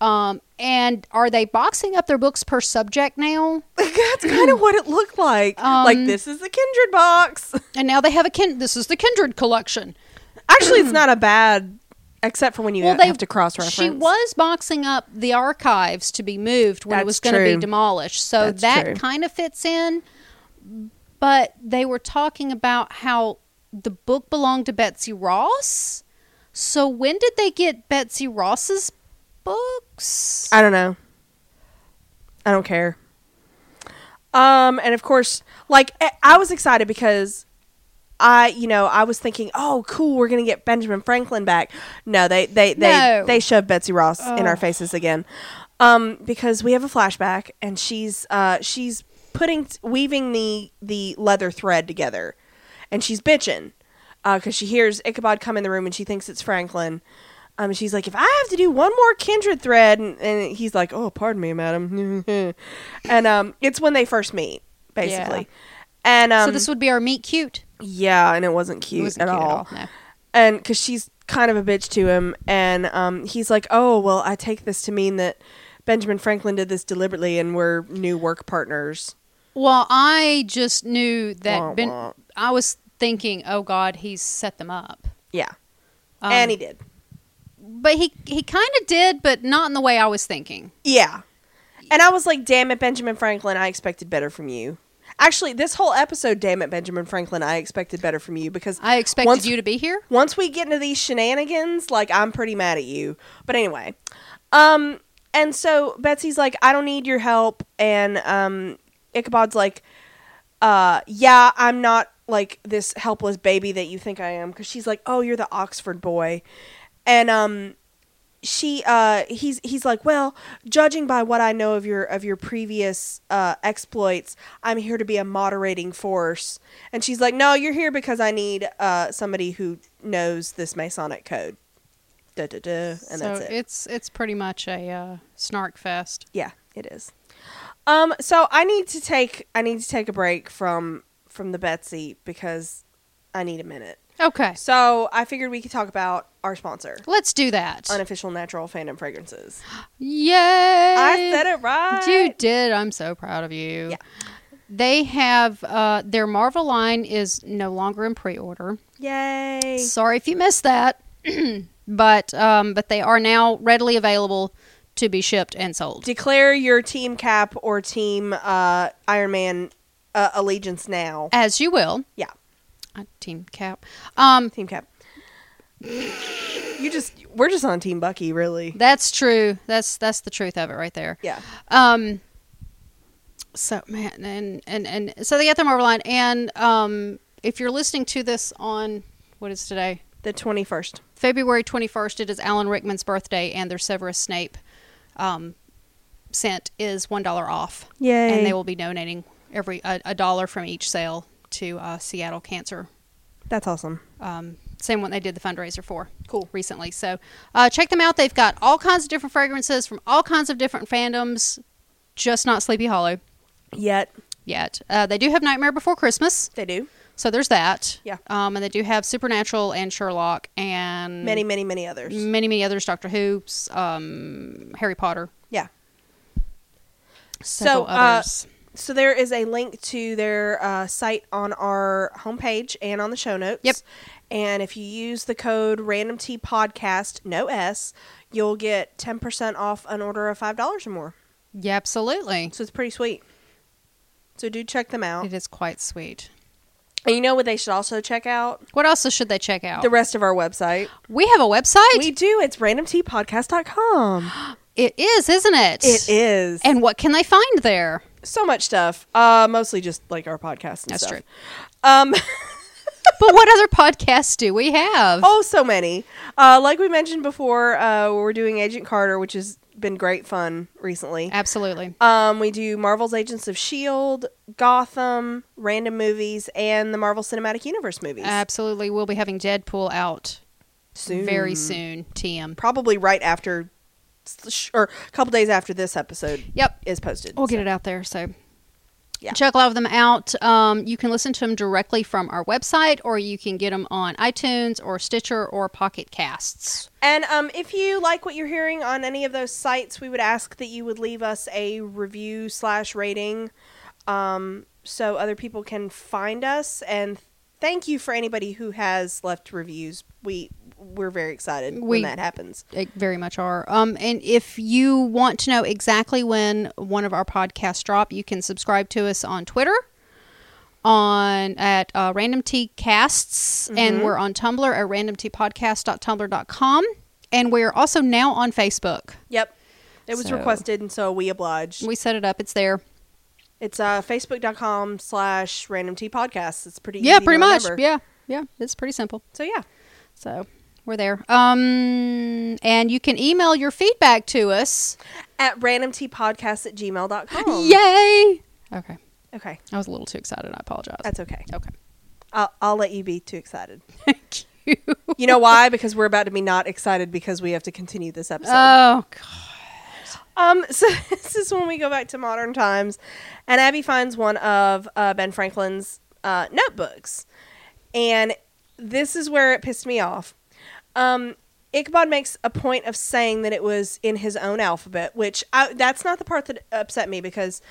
Um, and are they boxing up their books per subject now? that's kind of what it looked like. like Um, this is the kindred box. And now they have a kin. This is the kindred collection. Actually, it's not a bad, except for when you they have to cross reference. She was boxing up the archives to be moved when That's it was going to be true. demolished, so That's that true. kind of fits in. But they were talking about how the book belonged to Betsy Ross. So when did they get Betsy Ross's books? I don't know. I don't care. Um, and of course, like I- I was excited because I, you know, I was thinking, oh, cool, we're gonna get Benjamin Franklin back. No, they, they, they, No. they shove Betsy Ross in our faces again, um, because we have a flashback and she's, uh, she's putting weaving the the leather thread together. and she's bitching because she hears Ichabod come in the room and she thinks it's Franklin. Um, she's like, if I have to do one more kindred thread, and, and he's like, oh, pardon me, madam. and um, it's when they first meet, basically. And um, so this would be our meet cute. yeah, and it wasn't cute, It wasn't at, cute all. No. and because she's kind of a bitch to him, and um, he's like, "Oh, well, I take this to mean that Benjamin Franklin did this deliberately, and we're new work partners." Well, I just knew Wah, that ben- wah. I was thinking, oh God, he's set them up. Yeah, Um, and he did. but he he kind of did, but not in the way I was thinking. Yeah, and I was like, "Damn it, Benjamin Franklin! I expected better from you." Actually, this whole episode, "Damn it, Benjamin Franklin! I expected better from you," because I expected Once- you to be here. once we get into these shenanigans, like I'm pretty mad at you. But anyway, um, and so Betsy's like, I don't need your help, and um, Ichabod's like, uh, yeah, I'm not like this helpless baby that you think I am, because she's like, oh, you're the Oxford boy, and um, she uh he's he's like well judging by what i know of your of your previous uh exploits i'm here to be a moderating force and she's like no you're here because i need uh somebody who knows this masonic code da da da and so that's it it's it's pretty much a uh, snark fest. yeah it is um so i need to take i need to take a break from from the betsy because i need a minute Okay, so i figured we could talk about our sponsor let's do that. unofficial natural fandom fragrances Yay! i said it right You did. I'm so proud of you. Yeah. They have uh, their Marvel line is no longer in pre-order. Yay. Sorry if you missed that, but um, but they are now readily available to be shipped and sold. Declare your team cap or team uh, Iron Man uh, allegiance now. As you will. Yeah, Uh, Team Cap. Um, team cap. You just we're just on team Bucky, really. that's true. That's that's the truth of it right there. Yeah. Um. So man, and and and so they got the Marvel line, and um, if you're listening to this on what is today, The 21st. February 21st, it is Alan Rickman's birthday, and their Severus Snape um, scent is $1 off. Yay. And they will be donating every a, a dollar from each sale to uh, Seattle Cancer. That's awesome. Um, same one they did the fundraiser for. Cool. Recently. So uh, check them out. They've got all kinds of different fragrances from all kinds of different fandoms, just not Sleepy Hollow Yet yet. Uh, they do have Nightmare Before Christmas. they do So there's that. Yeah. Um, and they do have Supernatural and Sherlock and many, many, many others. many many others doctor who's um harry potter Yeah. So, several uh, others So there is a link to their uh, site on our homepage and on the show notes. Yep. And if you use the code Random T Podcast, no S, you'll get ten percent off an order of five dollars or more. yeah absolutely So it's pretty sweet. So do check them out. it is quite sweet And you know what they should also check out? what else should they check out The rest of our website. we have a website We do. It's randomtpodcast.com. it is isn't it It is. and what can they find there so much stuff. Uh, mostly just like our podcast and That's stuff. true. Um, but what other podcasts do we have oh, so many. Uh, like we mentioned before, uh, we're doing Agent Carter, which has been great fun recently. absolutely Um, we do Marvel's Agents of S.H.I.E.L.D., E Gotham, random movies, and the Marvel Cinematic Universe movies. absolutely we'll be having deadpool out Soon. very soon tm probably right after or a couple days after this episode yep is posted. we'll get it out there so Yeah. check a lot of them out um, you can listen to them directly from our website or you can get them on itunes or stitcher or pocket casts And um, if you like what you're hearing on any of those sites, we would ask that you would leave us a review slash rating, um, so other people can find us. And thank you for anybody who has left reviews. We we're very excited when We- that happens. they very much are um, and if you want to know exactly when one of our podcasts drop you can subscribe to us on twitter on at uh, random tea casts Mm-hmm. and we're on tumblr at randomtpodcast.tumblr.com and we're also now on facebook Yep, it was So- requested, and so we obliged. we set it up it's there It's uh, facebook.com slash random tea podcasts. It's pretty yeah easy to pretty much remember. yeah yeah it's pretty simple So yeah, So we're there. Um, and you can email your feedback to us. at randomtpodcast at gmail.com. Yay! Okay, Okay, I was a little too excited. I apologize. that's okay. okay. I'll, I'll let you be too excited. Thank you. You know why? Because we're about to be not excited because we have to continue this episode. Oh, God. Um, so this is when we go back to modern times, and Abby finds one of uh, Ben Franklin's uh, notebooks, and this is where it pissed me off. Um, Ichabod makes a point of saying that it was in his own alphabet, which I, that's not the part that upset me because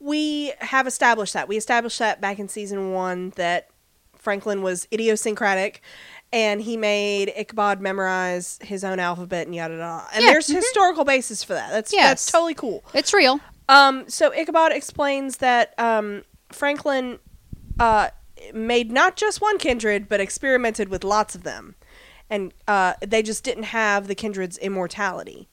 we have established that. We established that back in season one that Franklin was idiosyncratic and he made Ichabod memorize his own alphabet and yada yada. And Yeah, there's mhm. historical basis for that. That's Yes. that's totally cool. It's real. Um, so Ichabod explains that um, Franklin uh, made not just one kindred, but experimented with lots of them, and uh, they just didn't have the kindred's immortality.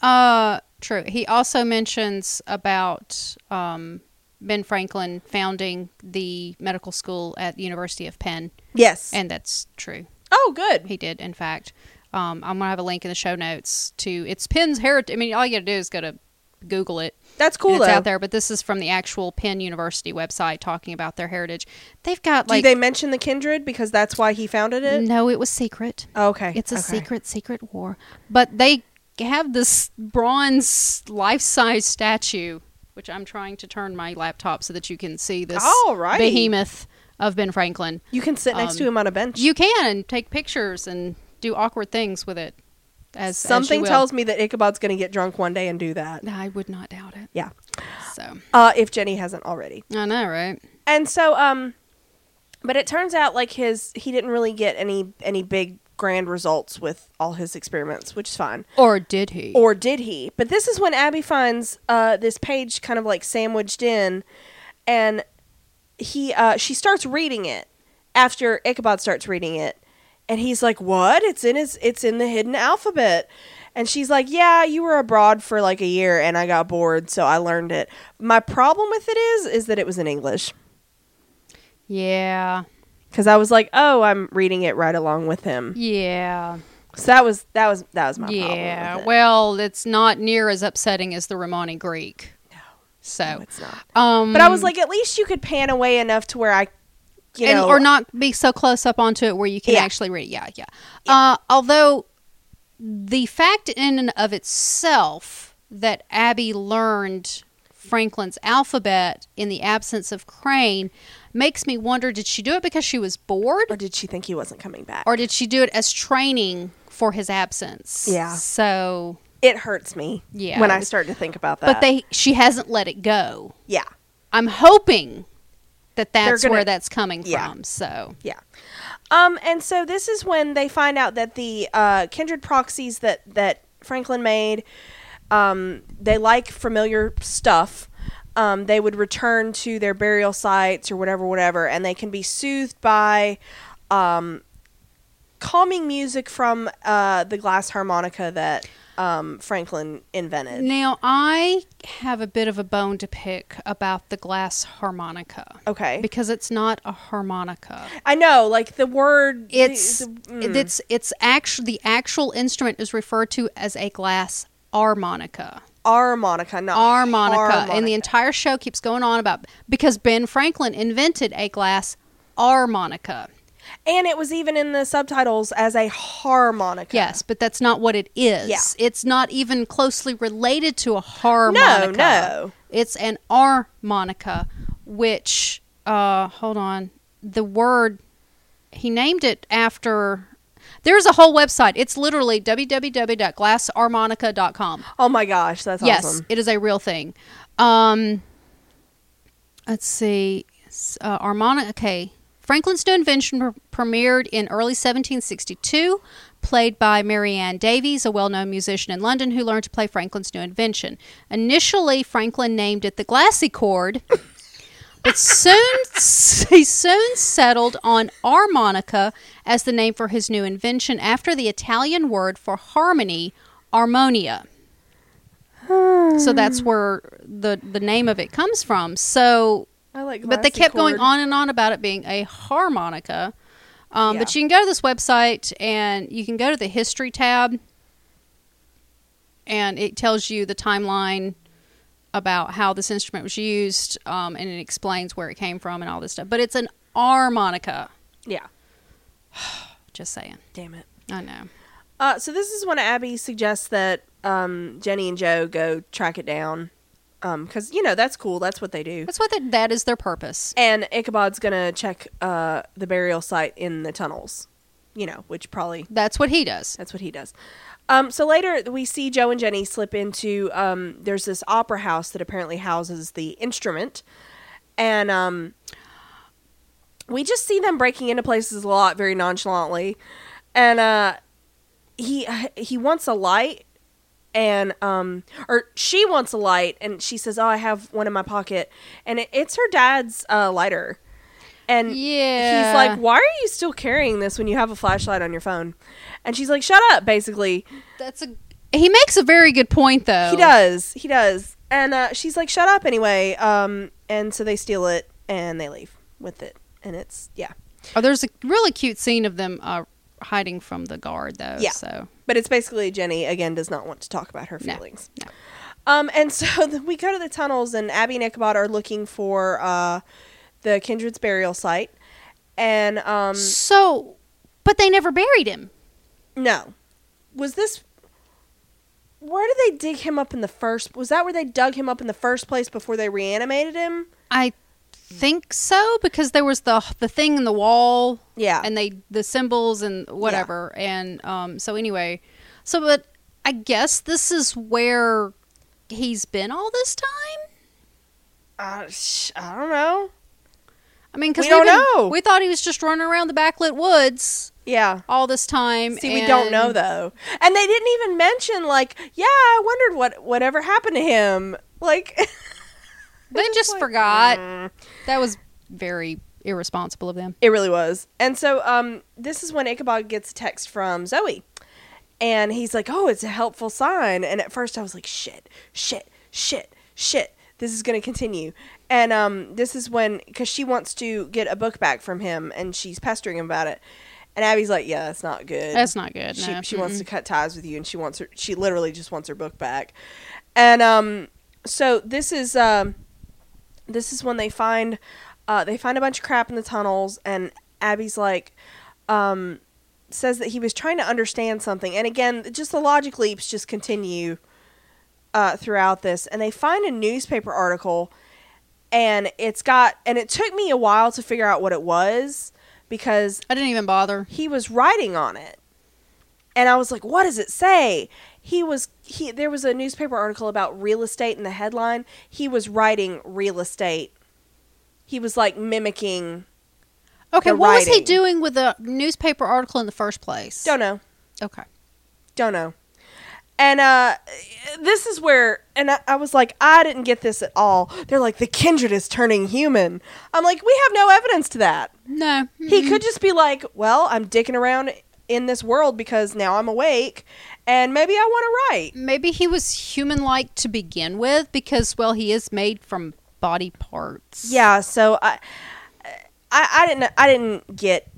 Uh, true. He also mentions about um, Ben Franklin founding the medical school at the University of Penn, Yes. and that's true. oh, good. He did, in fact. Um, I'm gonna have a link in the show notes to it's Penn's heritage. I mean, all you gotta do is go to Google it. That's and cool. it's though. out there, but this is from the actual Penn University website talking about their heritage. They've got Do like they mention the kindred because that's why he founded it? no, it was secret. Okay. Mm-hmm. It's a okay. secret, secret war. But they have this bronze life size statue, which I'm trying to turn my laptop so that you can see this All right. behemoth of Ben Franklin. You can sit next Um, to him on a bench. You can take pictures and do awkward things with it. As as you Something will. tells me that Ichabod's going to get drunk one day and do that. I would not doubt it. Yeah. So Uh, if Jenny hasn't already. I know, right? and so um but it turns out like his he didn't really get any any big grand results with all his experiments which is fine Or did he? or did he but this is when abby finds uh this page kind of like sandwiched in and he uh she starts reading it after ichabod starts reading it and he's like what it's in his it's in the hidden alphabet and she's like yeah you were abroad for like a year and i got bored so i learned it my problem with it is is that it was in english yeah, because I was like, "Oh, I'm reading it right along with him." yeah, So that was that was that was my yeah. problem. with it. Well, it's not near as upsetting as the Romani Greek. No, so No, it's not. um, But I was like, at least you could pan away enough to where I, you and, know, or not be so close up onto it where you can Yeah. actually read it. Yeah, yeah. Uh, although the fact in and of itself that Abby learned Franklin's alphabet in the absence of Crane makes me wonder: Did she do it because she was Or bored, did she think he wasn't coming back? or did she do it as training for his absence? Yeah. So, it hurts me. Yeah. When I start to think about that. but they she hasn't let it go. Yeah. I'm hoping that that's gonna- where that's coming Yeah. from. So, Yeah. Um, and so this is when they find out that the uh, kindred proxies that that Franklin made, um, they like familiar stuff. Um, they would return to their burial sites or whatever, whatever, and they can be soothed by um, calming music from uh, the glass harmonica that um, Franklin invented. Now, I have a bit of a bone to pick about the glass harmonica Okay, because it's not a harmonica. I know, like the word. the- mm. It's the- it's it's actually the actual instrument is referred to as a glass harmonica. harmonica, not Harmonica, and the harmonica. entire show keeps going on about because Ben Franklin invented a glass harmonica. And it was even in the subtitles as a harmonica. Yes, but that's not what it is. Yeah. It's not even closely related to a harmonica. no. It's an harmonica, which, uh, hold on, the word, he named it after, there's a whole website. It's literally www.glassharmonica.com. Oh my gosh, that's Yes, awesome. it is a real thing. Um, let's see, S- uh, harmonica. Okay, Franklin's new invention pre- premiered in early 1762, played by Marianne Davies, a well-known musician in London who learned to play Franklin's new invention. Initially, Franklin named it the glassy chord. But soon, he soon settled on armonica as the name for his new invention after the Italian word for harmony, armonia. So Mm. that's where the the name of it comes from. So, I like but they glassy kept going chord. on and on about it being a harmonica. Um, But Yeah. you can go to this website and you can go to the history tab, and it tells you the timeline about how this instrument was used, um, and it explains where it came from and all this stuff. But it's an armonica. Yeah. Just saying. Damn it. I know. Uh, so this is when Abby suggests that um, Jenny and Joe go track it down, because you know that's cool. That's what they do. That's what they, that is their purpose. And Ichabod's gonna check uh, the burial site in the tunnels, you know, which probably That's what he does. that's what he does. Um, so later we see Joe and Jenny slip into um, there's this opera house that apparently houses the instrument, and um, we just see them breaking into places a lot very nonchalantly, and uh, he he wants a light. And um, or she wants a light, and she says, "Oh, I have one in my pocket," and it, it's her dad's uh, lighter. And Yeah. He's like, why are you still carrying this when you have a flashlight on your phone? And she's like, shut up, basically. That's a. He makes a very good point, though. He does. He does. And uh, she's like, shut up anyway. Um, and so they steal it and they leave with it. And it's, yeah. Oh, there's a really cute scene of them uh, hiding from the guard, though. Yeah. So But it's basically Jenny, again, does not want to talk about her No. feelings. No. Um, and so the, we go to the tunnels, and Abby and Ichabod are looking for uh, the Kindred's burial site. And um, so, but they never buried him. No. Was this where did they dig him up in the first was that where they dug him up in the first place before they reanimated him? I think so because there was the the thing in the wall Yeah. and they the symbols and whatever and um so anyway so but i guess this is where he's been all this time uh, sh- I don't know. i mean because We don't know. we thought he was just running around the backlit woods Yeah. all this time See, we don't know Um, and- though. And they didn't even mention like, yeah, I wondered what whatever happened to him. Like they just forgot mm. that was very irresponsible of them It really was. And so um, this is when Ichabod gets a text from Zoe. And he's like, oh, it's a helpful sign. And at first I was like, shit, shit, shit, shit. This is going to continue. And um, this is when, because she wants to get a book back from him and she's pestering him about it. And Abby's like, yeah, that's not good. that's not good She, no. she wants to cut ties with you and she wants her, she literally just wants her book back. And um, so this is. Um, this is when they find uh, they find a bunch of crap in the tunnels and abby's like um, says that he was trying to understand something and again just the logic leaps just continue uh, throughout this and they find a newspaper article and it's got and it took me a while to figure out what it was because i didn't even bother he was writing on it and i was like what does it say he was he there was a newspaper article about real estate in the headline he was writing real estate he was like mimicking okay The what was he writing. doing with a newspaper article in the first place don't know okay don't know and uh this is where and I, I was like i didn't get this at all they're like the kindred is turning human i'm like we have no evidence to that no He could just be like, "Well, I'm dicking around in this world because now I'm awake, and maybe I want to write." Maybe he was human like to begin with because, well, he is made from body parts. Yeah. So I, I, I didn't, I didn't get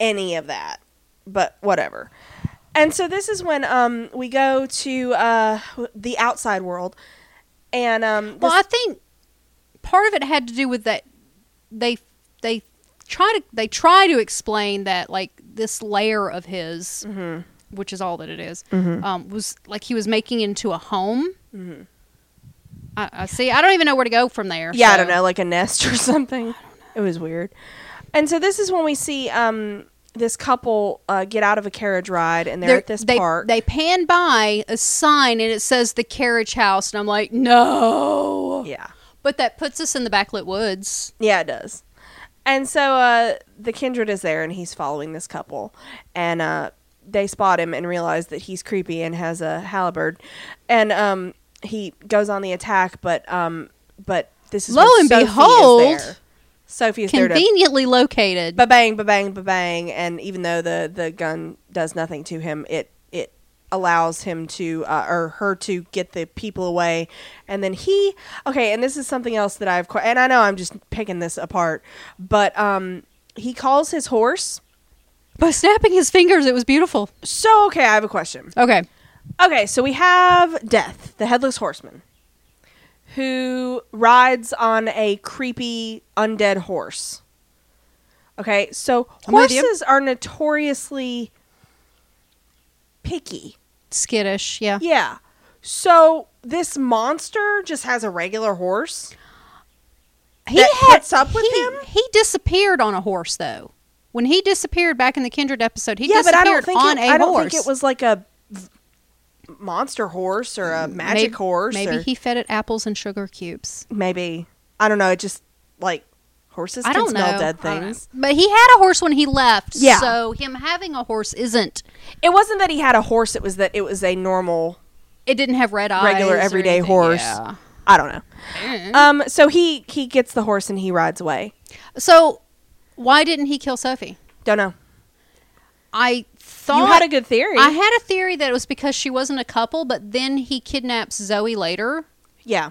any of that, but whatever. And so this is when um we go to uh the outside world, and um Well, this- I think part of it had to do with that they they try to they try to explain that like this layer of his, Mm-hmm. which is all that it is, um, was like he was making into a home. Mm-hmm. I, I see. I don't even know where to go from there. Yeah, I so- don't know, like a nest or something. It was weird. And so this is when we see um this couple uh, get out of a carriage ride, and they're, They're- at this they, park. They pan by a sign and it says the carriage house, and I'm like, no. yeah. But that puts us in the backlit woods. Yeah, it does. And so uh, the kindred is there, and he's following this couple, and uh, they spot him and realize that he's creepy and has a halberd, and um, he goes on the attack. But um, but this is Lo when and Sophie behold, is there. Sophie is there to Conveniently located. ba bang, ba bang, ba bang, and even though the the gun does nothing to him, it it allows him to uh, or her to get the people away, and then he okay, and this is something else that I've que- and I know I'm just picking this apart, but um he calls his horse. By snapping his fingers, it was beautiful. So okay, I have a question. Okay. Okay, so we have Death, the headless horseman, who rides on a creepy undead horse. Okay, so I'm with you. horses are notoriously picky. Skittish, yeah. Yeah. So this monster just has a regular horse. He That puts up with he- him? He disappeared on a horse though. When he disappeared back in the Kindred episode, he yeah, but I don't disappeared think on it, a I don't horse. think it was like a v- monster horse or a magic maybe, horse. Maybe or- he fed it apples and sugar cubes. maybe I don't know. It just like horses I can don't smell know. dead I don't know. things. But he had a horse when he left. Yeah. So him having a horse isn't. It wasn't that he had a horse. It was that it was a normal, It didn't have red eyes. regular, or everyday anything. horse. Yeah. I don't know. Mm. Um, so he he gets the horse and he rides away. So why didn't he kill Sophie? Don't know. I thought you had a good theory. I had a theory that it was because she wasn't a couple, but then he kidnaps Zoe later. yeah,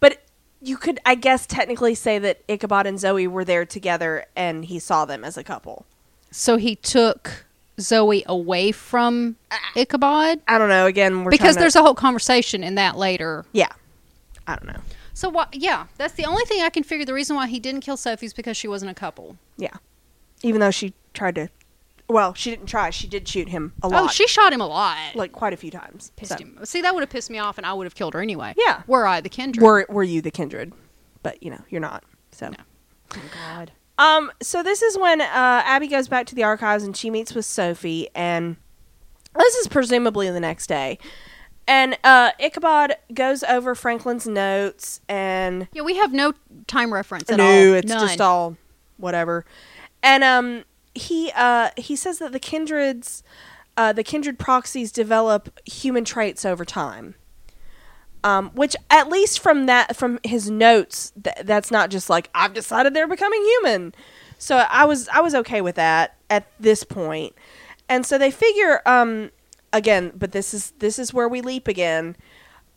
but you could, I guess, technically say that Ichabod and Zoe were there together, and he saw them as a couple. So he took Zoe away from Ichabod I don't know. Again, we're because trying to- there's a whole conversation in that later. yeah. I don't know. So why, yeah, that's the only thing I can figure. The reason why he didn't kill Sophie is because she wasn't a couple. Yeah, even though she tried to, well, she didn't try. She did shoot him a lot, Oh, she shot him a lot. like quite a few times. pissed So- him. See, that would have pissed me off, and I would have killed her anyway. Yeah. were I the kindred. Were were you the kindred? But you know you're not. So. Oh, God. Um, so this is when uh, Abby goes back to the archives and she meets with Sophie, and this is presumably the next day. And uh, Ichabod goes over Franklin's notes, and Yeah, we have no time reference at no, all. it's None. just all whatever. And um, he uh, he says that the kindreds, uh, the kindred proxies develop human traits over time. Um, which at least from that from his notes, th- that's not just like I've decided they're becoming human. So I was I was okay with that at this point. And so they figure um, again, but this is this is where we leap again.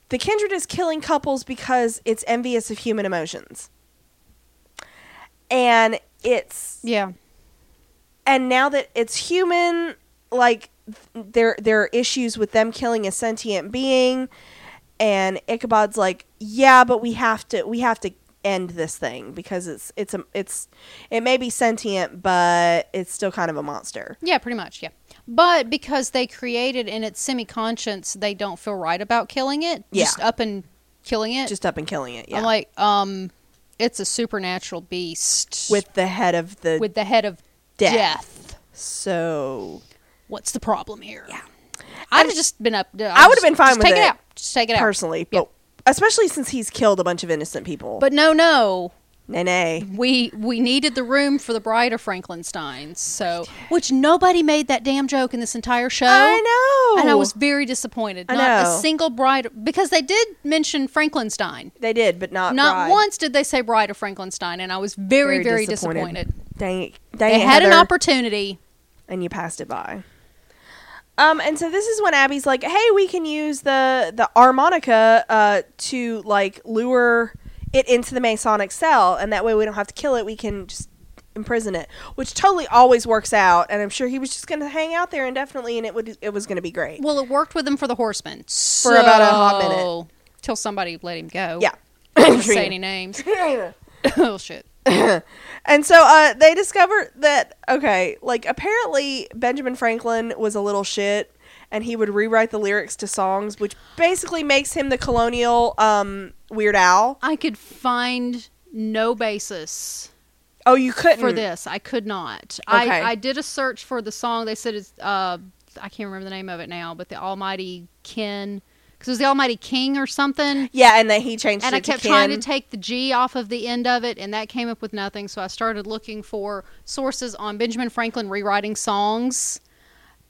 The kindred is killing couples because it's envious of human emotions and it's Yeah, and now that it's human like th- there there are issues with them killing a sentient being and Ichabod's like yeah but we have to we have to end this thing because it's it's a it's it may be sentient but it's still kind of a monster yeah, pretty much. Yeah, but because they created and it's semi-conscious, they don't feel right about killing it. Yeah. Just up and killing it. just up and killing it yeah I'm like, um, it's a supernatural beast with the head of the with the head of Death. death. so What's the problem here? Yeah, I'd have just been up. uh, I would've been fine just with take it, it out. Just take it out personally Yeah. but especially since he's killed a bunch of innocent people But no, no, nay nay we we needed the room for the bride of Frankenstein. So, which nobody made that damn joke in this entire show. I know and I was very disappointed. I not know. a single bride because they did mention Frankenstein. they did but not Not bride. once did they say bride of Frankenstein, and I was very, very, disappointed. Dang it, dang They it, had an Heather, opportunity. and you passed it by. Um, and so this is when Abby's like, "Hey, we can use the the harmonica uh, to like lure it into the Masonic cell, and that way we don't have to kill it. We can just imprison it, which totally always works out. And I'm sure he was just going to hang out there indefinitely, and it would it was going to be great. Well, it worked with them for the horsemen so, about a hot minute. till somebody let him go. Yeah. I won't say any names. oh shit. And so uh, they discover that, okay, like apparently Benjamin Franklin was a little shit and he would rewrite the lyrics to songs, which basically makes him the colonial um, Weird Al. I could find no basis Oh, you couldn't. for this. I could not. Okay. I, I did a search for the song. They said it's uh, I can't remember the name of it now, but the Almighty King, because it was the Almighty King or something. Yeah, and then he changed And it I kept to trying to Ken. take the G off of the end of it, and that came up with nothing. So I started looking for sources on Benjamin Franklin rewriting songs,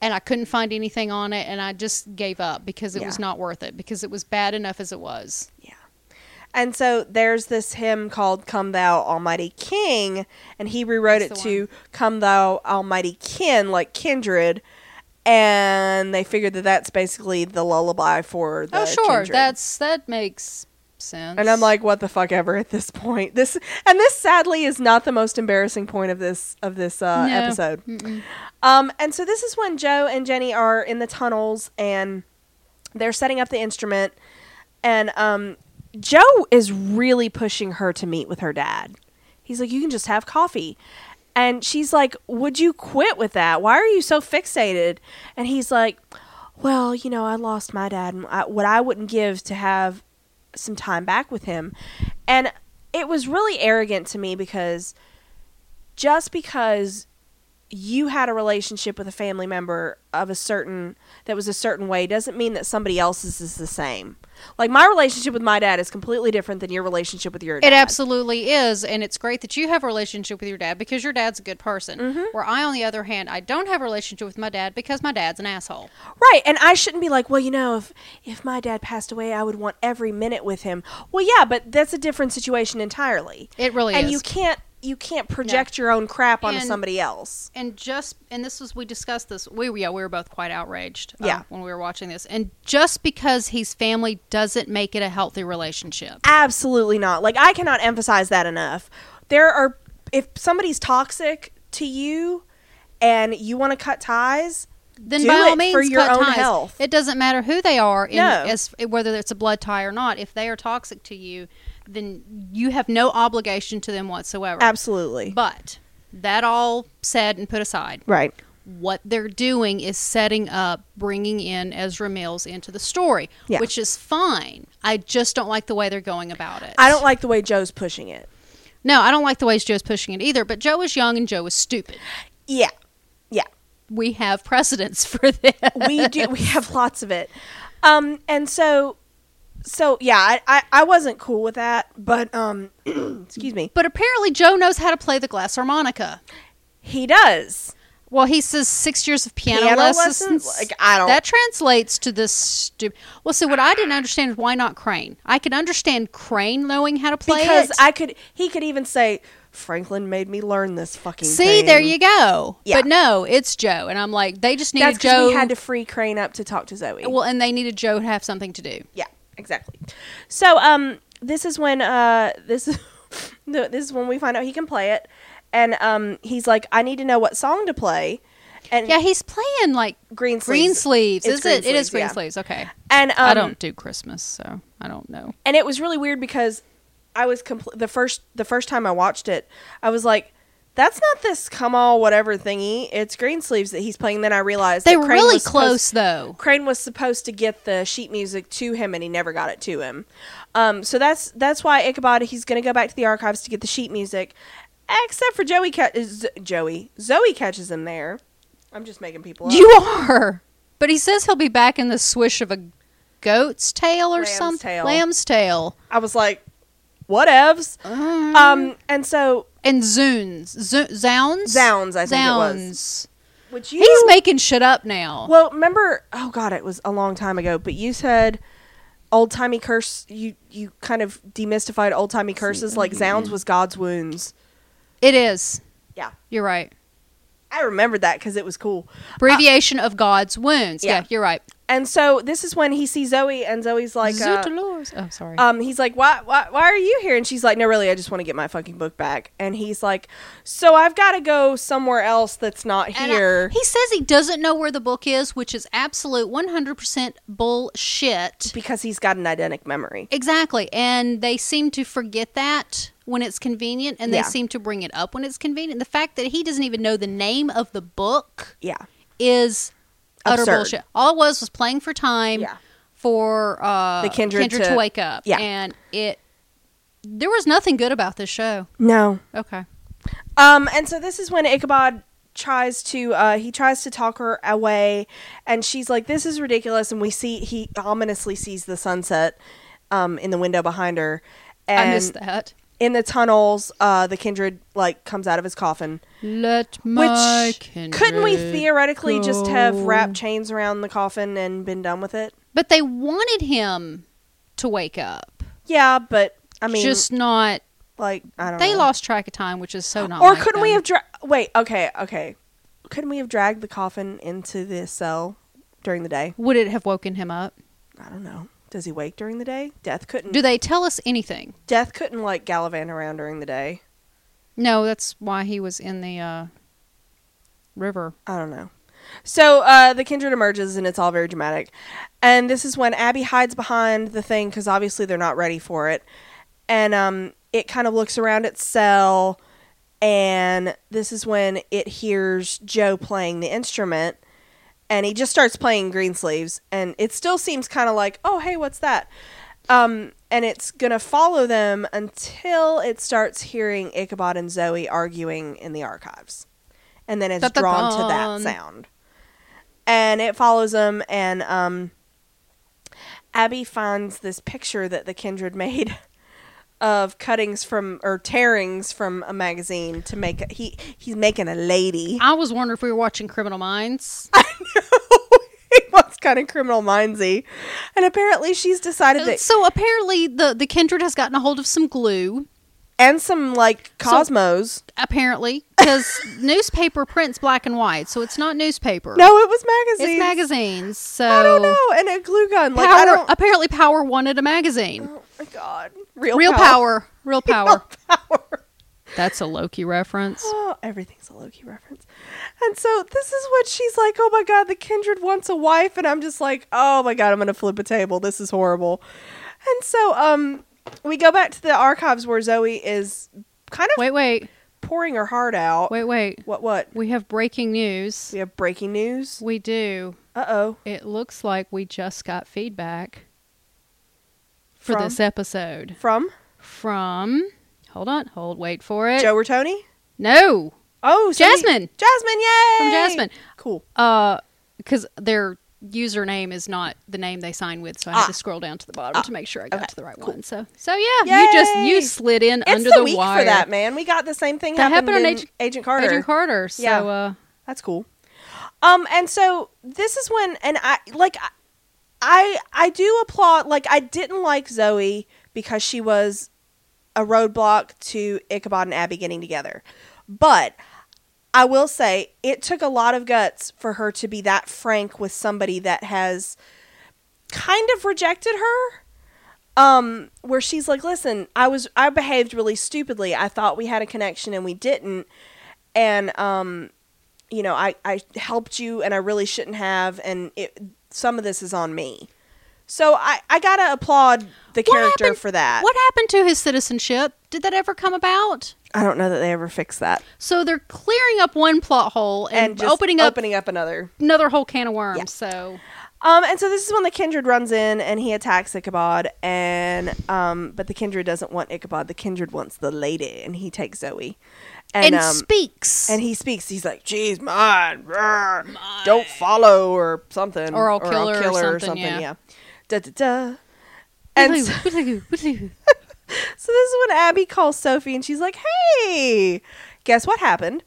and I couldn't find anything on it. And I just gave up because it was Yeah. not worth it because it was bad enough as it was. yeah. And so there's this hymn called Come Thou Almighty King, and he rewrote That's it the to Come Thou Almighty Kin, like kindred. And they figured that that's basically the lullaby for the oh, sure, kindred. that's that makes sense. And I'm like, what the fuck ever at this point. This and this sadly is not the most embarrassing point of this of this uh, No. episode. Mm-mm. Um, and so this is when Joe and Jenny are in the tunnels and they're setting up the instrument, and um, Joe is really pushing her to meet with her dad. He's like, you can just have coffee, And she's like, Would you quit with that? Why are you so fixated? And he's like, Well, you know, I lost my dad. And I, what I wouldn't give to have some time back with him. And it was really arrogant to me because just because you had a relationship with a family member of a certain that was a certain way doesn't mean that somebody else's is the same. Like my relationship with my dad is completely different than your relationship with your dad. It absolutely is, and it's great that you have a relationship with your dad because your dad's a good person. Mm-hmm. Where I, on the other hand, I don't have a relationship with my dad because my dad's an asshole. Right, and I shouldn't be like, well, you know, if if my dad passed away, I would want every minute with him. Well, yeah, but that's a different situation entirely. It really and is. you can't you can't project your own crap onto And- somebody else. and just and this was we discussed this we yeah we were both quite outraged uh, Yeah. when we were watching this and just because he's family doesn't make it a healthy relationship Absolutely not. Like I cannot emphasize that enough. There are if somebody's toxic to you and you want to cut ties, then Do by all it means for your cut own ties. health. it doesn't matter who they are in, No. as, whether it's a blood tie or not if they are toxic to you then you have no obligation to them whatsoever absolutely. but that all said and put aside right. what they're doing is setting up bringing in Ezra Mills into the story, Yeah. which is fine. I just don't like the way they're going about it. I don't like the way Joe's pushing it. No, I don't like the way Joe's pushing it either, but Joe is young and Joe is stupid. Yeah. Yeah. We have precedence for this. we do we have lots of it um and so so yeah I, I i wasn't cool with that but um excuse me But apparently Joe knows how to play the glass harmonica. he does Well, he says six years of piano, Piano lessons. lessons? Like, I don't- That translates to this stupid. Well, see, what I didn't understand is why not Crane. I could understand Crane knowing how to play because it. i could he could even say franklin made me learn this fucking See, thing." there you go. Yeah. But no, it's Joe, and I'm like, they just needed that's because Joe. we had to free crane up to talk to zoe well, and they needed Joe to have something to do. yeah exactly so um this is when uh this is no, this is when we find out he can play it and um he's like i need to know what song to play and Yeah, he's playing like green sleeves green sleeves. It's Is Green it? It is Sleeves, green yeah. sleeves. Okay. and um, I don't do Christmas, so I don't know. and it was really weird because I was compl- the first the first time I watched it, I was like, "That's not this come all whatever thingy. It's Green Sleeves that he's playing." Then I realized They that were Crane really was supposed- close though. Crane was supposed to get the sheet music to him, and he never got it to him. Um, so that's that's why Ichabod he's going to go back to the archives to get the sheet music, except for Joey. Ca- Z- Joey Zoe catches him there. I'm just making people. Up. You are. But he says he'll be back in the swish of a goat's tail or Lamb's something. tail. Lamb's tail. I was like, whatevs. Um, and so And Zunes. Zo- Zounds? Zounds, I think it was. Zounds. would you? He's making shit up now. Well, remember? Oh God, it was a long time ago. But you said old timey curse. You you kind of demystified old timey curses. Like Zounds was God's wounds. It is. Yeah, You're right. I remembered that because it was cool. Abbreviation of God's wounds. Yeah, yeah. you're right. And so this is when he sees Zoe, and Zoe's like, uh, Zootalores. oh, sorry. um, he's like, why, why, why are you here? And she's like, no, really, I just want to get my fucking book back. And he's like, so I've got to go somewhere else that's not And I- here. he says he doesn't know where the book is, which is absolute 100% bullshit. because he's got an eidetic memory. Exactly. And they seem to forget that when it's convenient, and they Yeah. seem to bring it up when it's convenient. The fact that he doesn't even know the name of the book Yeah. is utter Absurd. bullshit. All it was was playing for time Yeah. for uh, The Kindred to, to- wake up. Yeah. And it, there was nothing good about this show. No. Okay. Um, and so this is when Ichabod tries to uh, he tries to talk her away, and she's like, "This is ridiculous." And we see he ominously sees the sunset um, in the window behind her, and I missed that. in the tunnels, uh, the kindred like comes out of his coffin. Let Which my couldn't we kindred theoretically just have go. wrapped chains around the coffin and been done with it? But they wanted him to wake up. Yeah, but I mean, just not. like I don't. They know. lost track of time, which is so not. Or like couldn't we them. have dra- wait? Okay, okay. Couldn't we have dragged the coffin into the cell during the day? Would it have woken him up? I don't know. Does he wake during the day? Death couldn't. Do they tell us anything? Death couldn't like gallivant around during the day. No, that's why he was in the uh, river. I don't know. So uh, the kindred emerges, and it's all very dramatic. And this is when Abby hides behind the thing because obviously they're not ready for it. And um, it kind of looks around its cell, and this is when it hears Joe playing the instrument and he just starts playing Greensleeves and it still seems kind of like, "Oh, hey, what's that?" Um and it's going to follow them until it starts hearing Ichabod and Zoe arguing in the archives. And then it's drawn to that Dun-dun-dun. sound. And it follows them and um Abby finds this picture that the kindred made of cuttings from or tearings from a magazine to make a, he he's making a lady. I was wondering if we were watching Criminal Minds. it was kind of criminal mindsy, and apparently she's decided that so apparently the the kindred has gotten a hold of some glue. and some like cosmos. Apparently, because newspaper prints black and white, so it's not newspaper. no, it was magazines. it's magazines. So I don't know, and a glue gun. Like I Power- don't. apparently, Power wanted a magazine. oh my god, Real power. Real power. power. That's a Loki reference. Oh, everything's a Loki reference. And so this is what she's like, oh my god, the kindred wants a wife, and I'm just like, oh my god, I'm gonna flip a table. This is horrible. And so um we go back to the archives where Zoe is kind of Wait, wait, pouring her heart out. wait, wait. What what? We have breaking news. We have breaking news. We do. Uh oh. It looks like we just got feedback for From? this episode From from. Hold on, hold, wait for it. Joe or Tony? No, Oh somebody- Jasmine. Jasmine, yay! from Jasmine. Cool. Uh, because their username is not the name they sign with, so I Ah. had to scroll down to the bottom to make sure I got Okay, to the right cool. one. So, so yeah, you just Yay. you slid in It's under the, the, week wire. for that, man. We got the same thing That happened on in Agent- Agent Carter. Agent Carter. So, Yeah. uh, That's cool. Um, and so this is when, and I like, I- I I do applaud. Like, I didn't like Zoe because she was a roadblock to Ichabod and Abby getting together, but I will say it took a lot of guts for her to be that frank with somebody that has kind of rejected her. Um, where she's like, "Listen, I was I behaved really stupidly. I thought we had a connection and we didn't." And um, you know, I, I helped you and I really shouldn't have, and it, some of this is on me. So I, I gotta applaud the character happened- for that. what happened to his citizenship? Did that ever come about? I don't know that they ever fixed that. So they're clearing up one plot hole and, And just opening up opening up another. another whole can of worms. Yeah. So Um, and so this is when the kindred runs in and he attacks Ichabod, and um, but the kindred doesn't want Ichabod. The kindred wants the lady, and he takes Zoe, and, and um, speaks and he speaks. He's like, "She's mine. brr. Don't follow or something, Or I'll kill her or something, yeah. Da da da." And so, so this is when Abby calls Sophie, and she's like, "Hey, guess what happened?"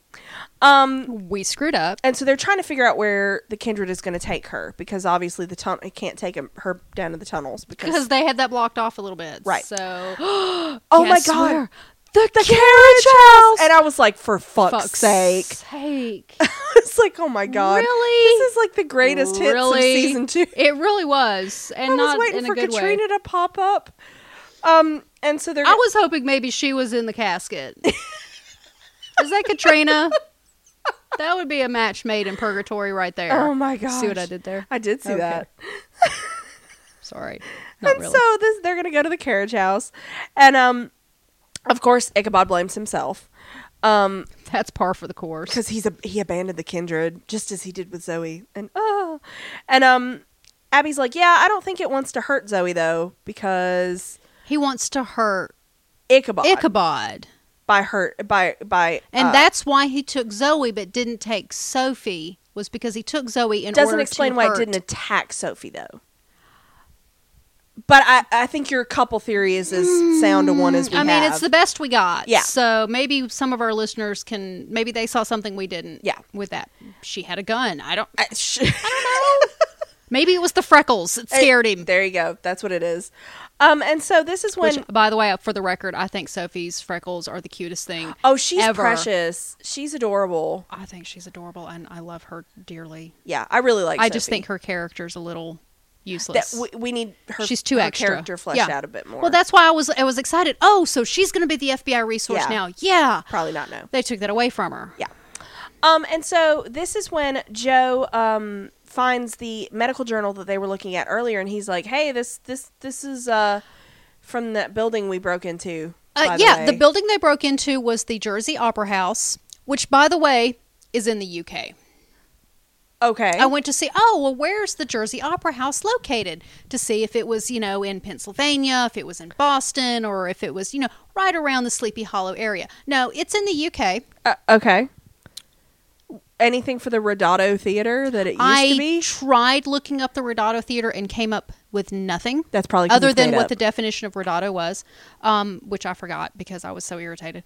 Um, we screwed up. and so they're trying to figure out where the kindred is going to take her because obviously the tunnel can't take him, her down to the tunnels because because they had that blocked off a little bit. Right. So, oh my Guess god where? the, carriage house and I was like for fuck's, fuck's sake sake. it's like oh my god Really? this is like the greatest hits of Really? season two It really was, and I was not waiting in for a good Katrina way. to pop up um and so they're I was hoping maybe she was in the casket. Is that Katrina? That would be a match made in purgatory right there. oh my god See what I did there? I did see Okay. that Sorry, not and really. so this they're gonna go to the carriage house and um of course Ichabod blames himself um That's par for the course. because he's a he abandoned the kindred just as he did with Zoe and oh and um Abby's like yeah I don't think it wants to hurt Zoe though because He wants to hurt Ichabod, Ichabod, by hurt by by and uh, that's why he took Zoe but didn't take Sophie. Was because he took Zoe in order doesn't to explain why hurt- it didn't attack Sophie though but I I think your couple theory is as sound a one as we Mm, I mean, have. it's the best we got. Yeah. So maybe some of our listeners can maybe they saw something we didn't. Yeah. With that, she had a gun. I don't. I, don't know Maybe it was the freckles that scared him. there you go that's what it is um and so this is when Which, by the way, for the record, I think Sophie's freckles are the cutest thing. oh she's ever. precious she's adorable I think she's adorable, and I love her dearly. yeah I really like I just Sophie. think her character's a little useless. that we, we need her She's too her extra. character fleshed Yeah. out a bit more. well, that's why I was I was excited. Oh, so she's going to be the FBI resource Yeah. now. Yeah. probably not no. They took that away from her. Yeah. Um and so this is when Joe um finds the medical journal that they were looking at earlier and he's like, "Hey, this this this is uh from that building we broke into by Uh, the yeah, the way. building they broke into was the Jersey Opera House, which, by the way, is in the UK. Okay. I went to see, oh, well, where's the Jersey Opera House located? To see if it was, you know, in Pennsylvania, if it was in Boston, or if it was, you know, right around the Sleepy Hollow area. No, it's in the UK. Uh, okay. Anything for the Rodado Theater that it used I to be? tried looking up the Rodato Theater and came up with nothing. That's probably 'cause other it's than made what up. the definition of rodato was, um, which I forgot because I was so irritated.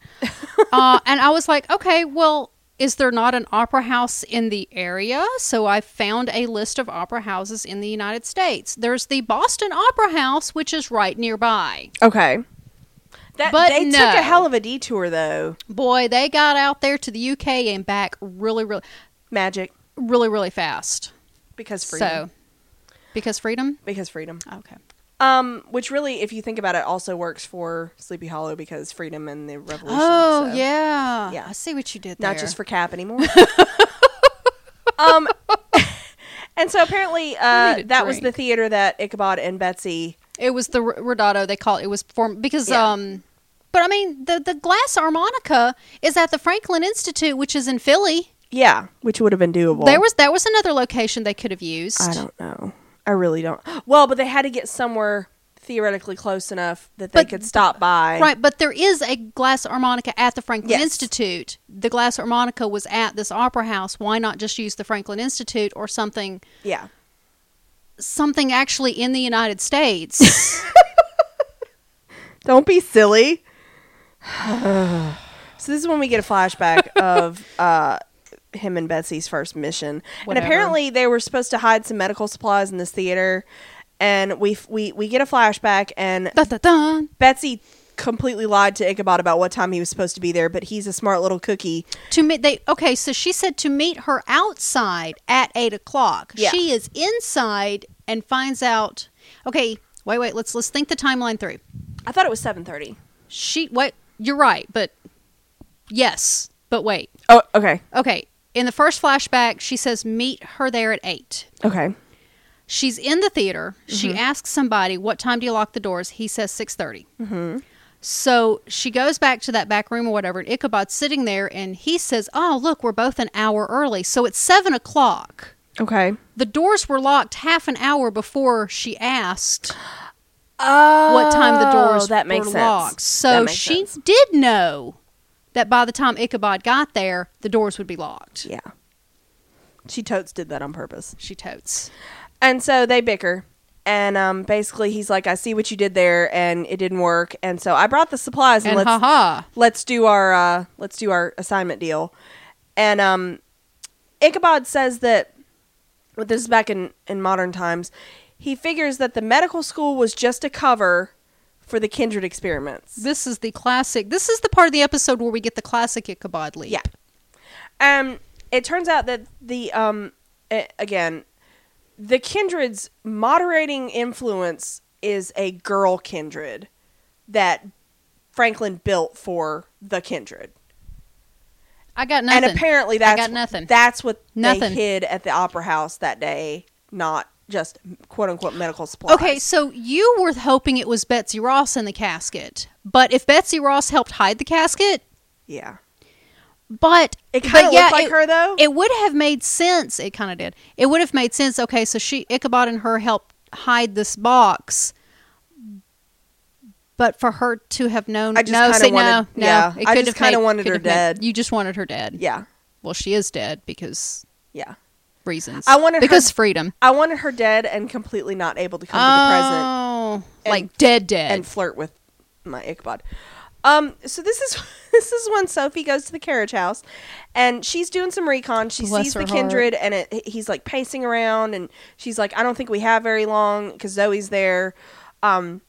uh, and I was like, okay, well, is there not an opera house in the area? So I found a list of opera houses in the United States. There's the Boston Opera House, which is right nearby. Okay. That But they no. took a hell of a detour though. Boy, they got out there to the UK and back really, really, Magic really, really fast. because freedom. So, because freedom. Because freedom. Okay. Um, which really, if you think about it, also works for Sleepy Hollow because freedom and the revolution. Oh so. yeah, Yeah. I see what you did there. not just for Cap anymore. um, and so apparently, need uh, a that was the drink. theater that Ichabod and Betsy. it was the R- Rodato they call it. It was formed because Yeah. um, but I mean the the glass harmonica is at the Franklin Institute, which is in Philly. Yeah, which would have been doable. there was that was another location they could have used. I don't know. I really don't. Well, but they had to get somewhere theoretically close enough that they But- could stop by. Right, but there is a glass harmonica at the Franklin Yes. Institute. The glass harmonica was at this opera house. Why not just use the Franklin Institute or something Yeah. something actually in the United States? Don't be silly. so this is when we get a flashback of uh, him and Betsy's first mission, Whatever. and apparently they were supposed to hide some medical supplies in this theater, and we f- we we get a flashback, and Dun, dun, dun. Betsy completely lied to Ichabod about what time he was supposed to be there, but he's a smart little cookie. To meet they okay, so she said to meet her outside at eight o'clock. Yeah. She is inside and finds out. Okay, wait, wait. Let's let's think the timeline through. I thought it was seven thirty. She wait. You're right, but yes, but wait. Oh, okay, Okay, in the first flashback, she says meet her there at eight. okay, She's in the theater. Mm-hmm. She asks somebody, "What time do you lock the doors?" He says six Mm-hmm. So she goes back to that back room or whatever. And Ichabod's sitting there, and he says, "Oh, look, we're both an hour early. So it's seven o'clock. okay. The doors were locked half an hour before she asked Oh, what time the doors that were makes sense. locked. So That makes she sense. did know that by the time Ichabod got there, the doors would be locked. yeah, she totes did that on purpose. She totes. And so they bicker. And um, basically, he's like, I see what you did there, and it didn't work. And so I brought the supplies, and, And let's haha. let's do our uh, let's do our assignment deal. And um, Ichabod says that well, this is back in in modern times. He figures that the medical school was just a cover for the kindred experiments. This is the classic. This is the part of the episode where we get the classic Ichabod leap. Yeah. Um, it turns out that the um, a- again, the kindred's moderating influence is a girl kindred that Franklin built for the kindred, I got nothing. and apparently I that's got nothing. That's what Nothing. they hid at the opera house that day, not just quote unquote medical supplies. okay, so you were hoping it was Betsy Ross in the casket, but if Betsy Ross helped hide the casket, yeah, but it but kind of yeah, looked like it- her though. It would have made sense. It kind of did. It would have made sense. Okay, so she Ichabod and her helped hide this box, but for her to have known, I just no, kinda see, no, wanted- no, yeah, it I could just have kinda made- wanted could her have made- dead. you just wanted her dead. yeah, Well, she is dead because yeah. reasons. I wanted her- because freedom. I wanted her dead and completely not able to come to the present. Oh, like dead, dead. and flirt with my Ichabod. Um, so this is this is when Sophie goes to the carriage house, and she's doing some recon. She Bless sees her the kindred, and it, he's like pacing around, and she's like, "I don't think we have very long because Zoe's there." Um,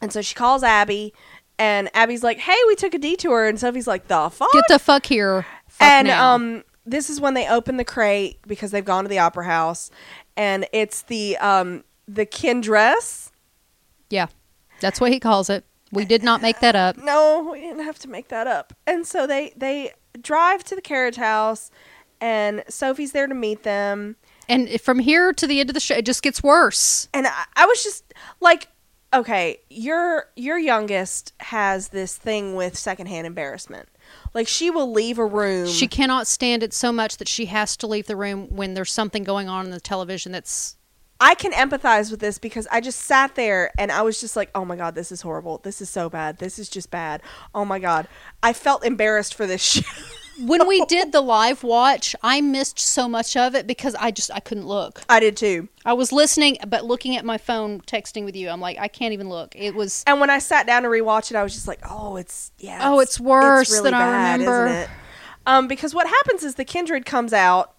and so she calls Abby, and Abby's like, "Hey, we took a detour," and Sophie's like, "The fuck?" Get the fuck here. Fuck and now. um, this is when they open the crate because they've gone to the opera house, and it's the um the kindress. yeah, that's what he calls it. We did not make that up. no we didn't have to make that up and so they they drive to the carriage house and sophie's there to meet them And from here to the end of the show, it just gets worse. and i, I was just like okay, your your youngest has this thing with secondhand embarrassment. Like she will leave a room. She cannot stand it so much that she has to leave the room when there's something going on in the television that's I can empathize with this because I just sat there and I was just like, "Oh my god, this is horrible. This is so bad. This is just bad. Oh my god." I felt embarrassed for this shit. when we did the live watch, I missed so much of it because I just I couldn't look. I did too. I was listening but looking at my phone texting with you. I'm like I can't even look. It was And when I sat down to rewatch it, I was just like, "Oh, it's yeah. Oh, it's worse than I remember. Um, because what happens is the kindred comes out,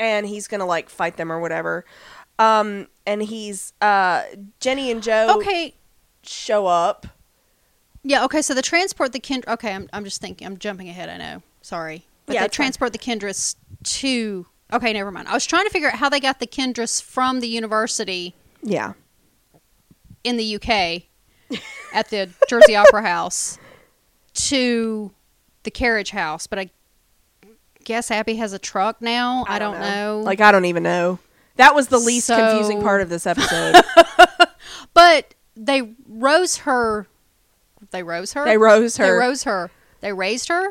and he's gonna like fight them or whatever. Um, and he's uh, Jenny and Joe okay. show up. Yeah, okay, so the transport the kind okay, I'm I'm just thinking I'm jumping ahead, I know. Sorry. But Yeah, they it's fine. transport the Kendris to Okay, never mind. I was trying to figure out how they got the Kendris from the university Yeah, in the UK at the Jersey Opera House to the carriage house, but I guess Abby has a truck now. I, don't, know. Like I don't even know. That was the least So- confusing part of this episode. but they rose her they rose her. they rose They her. rose her. They raised her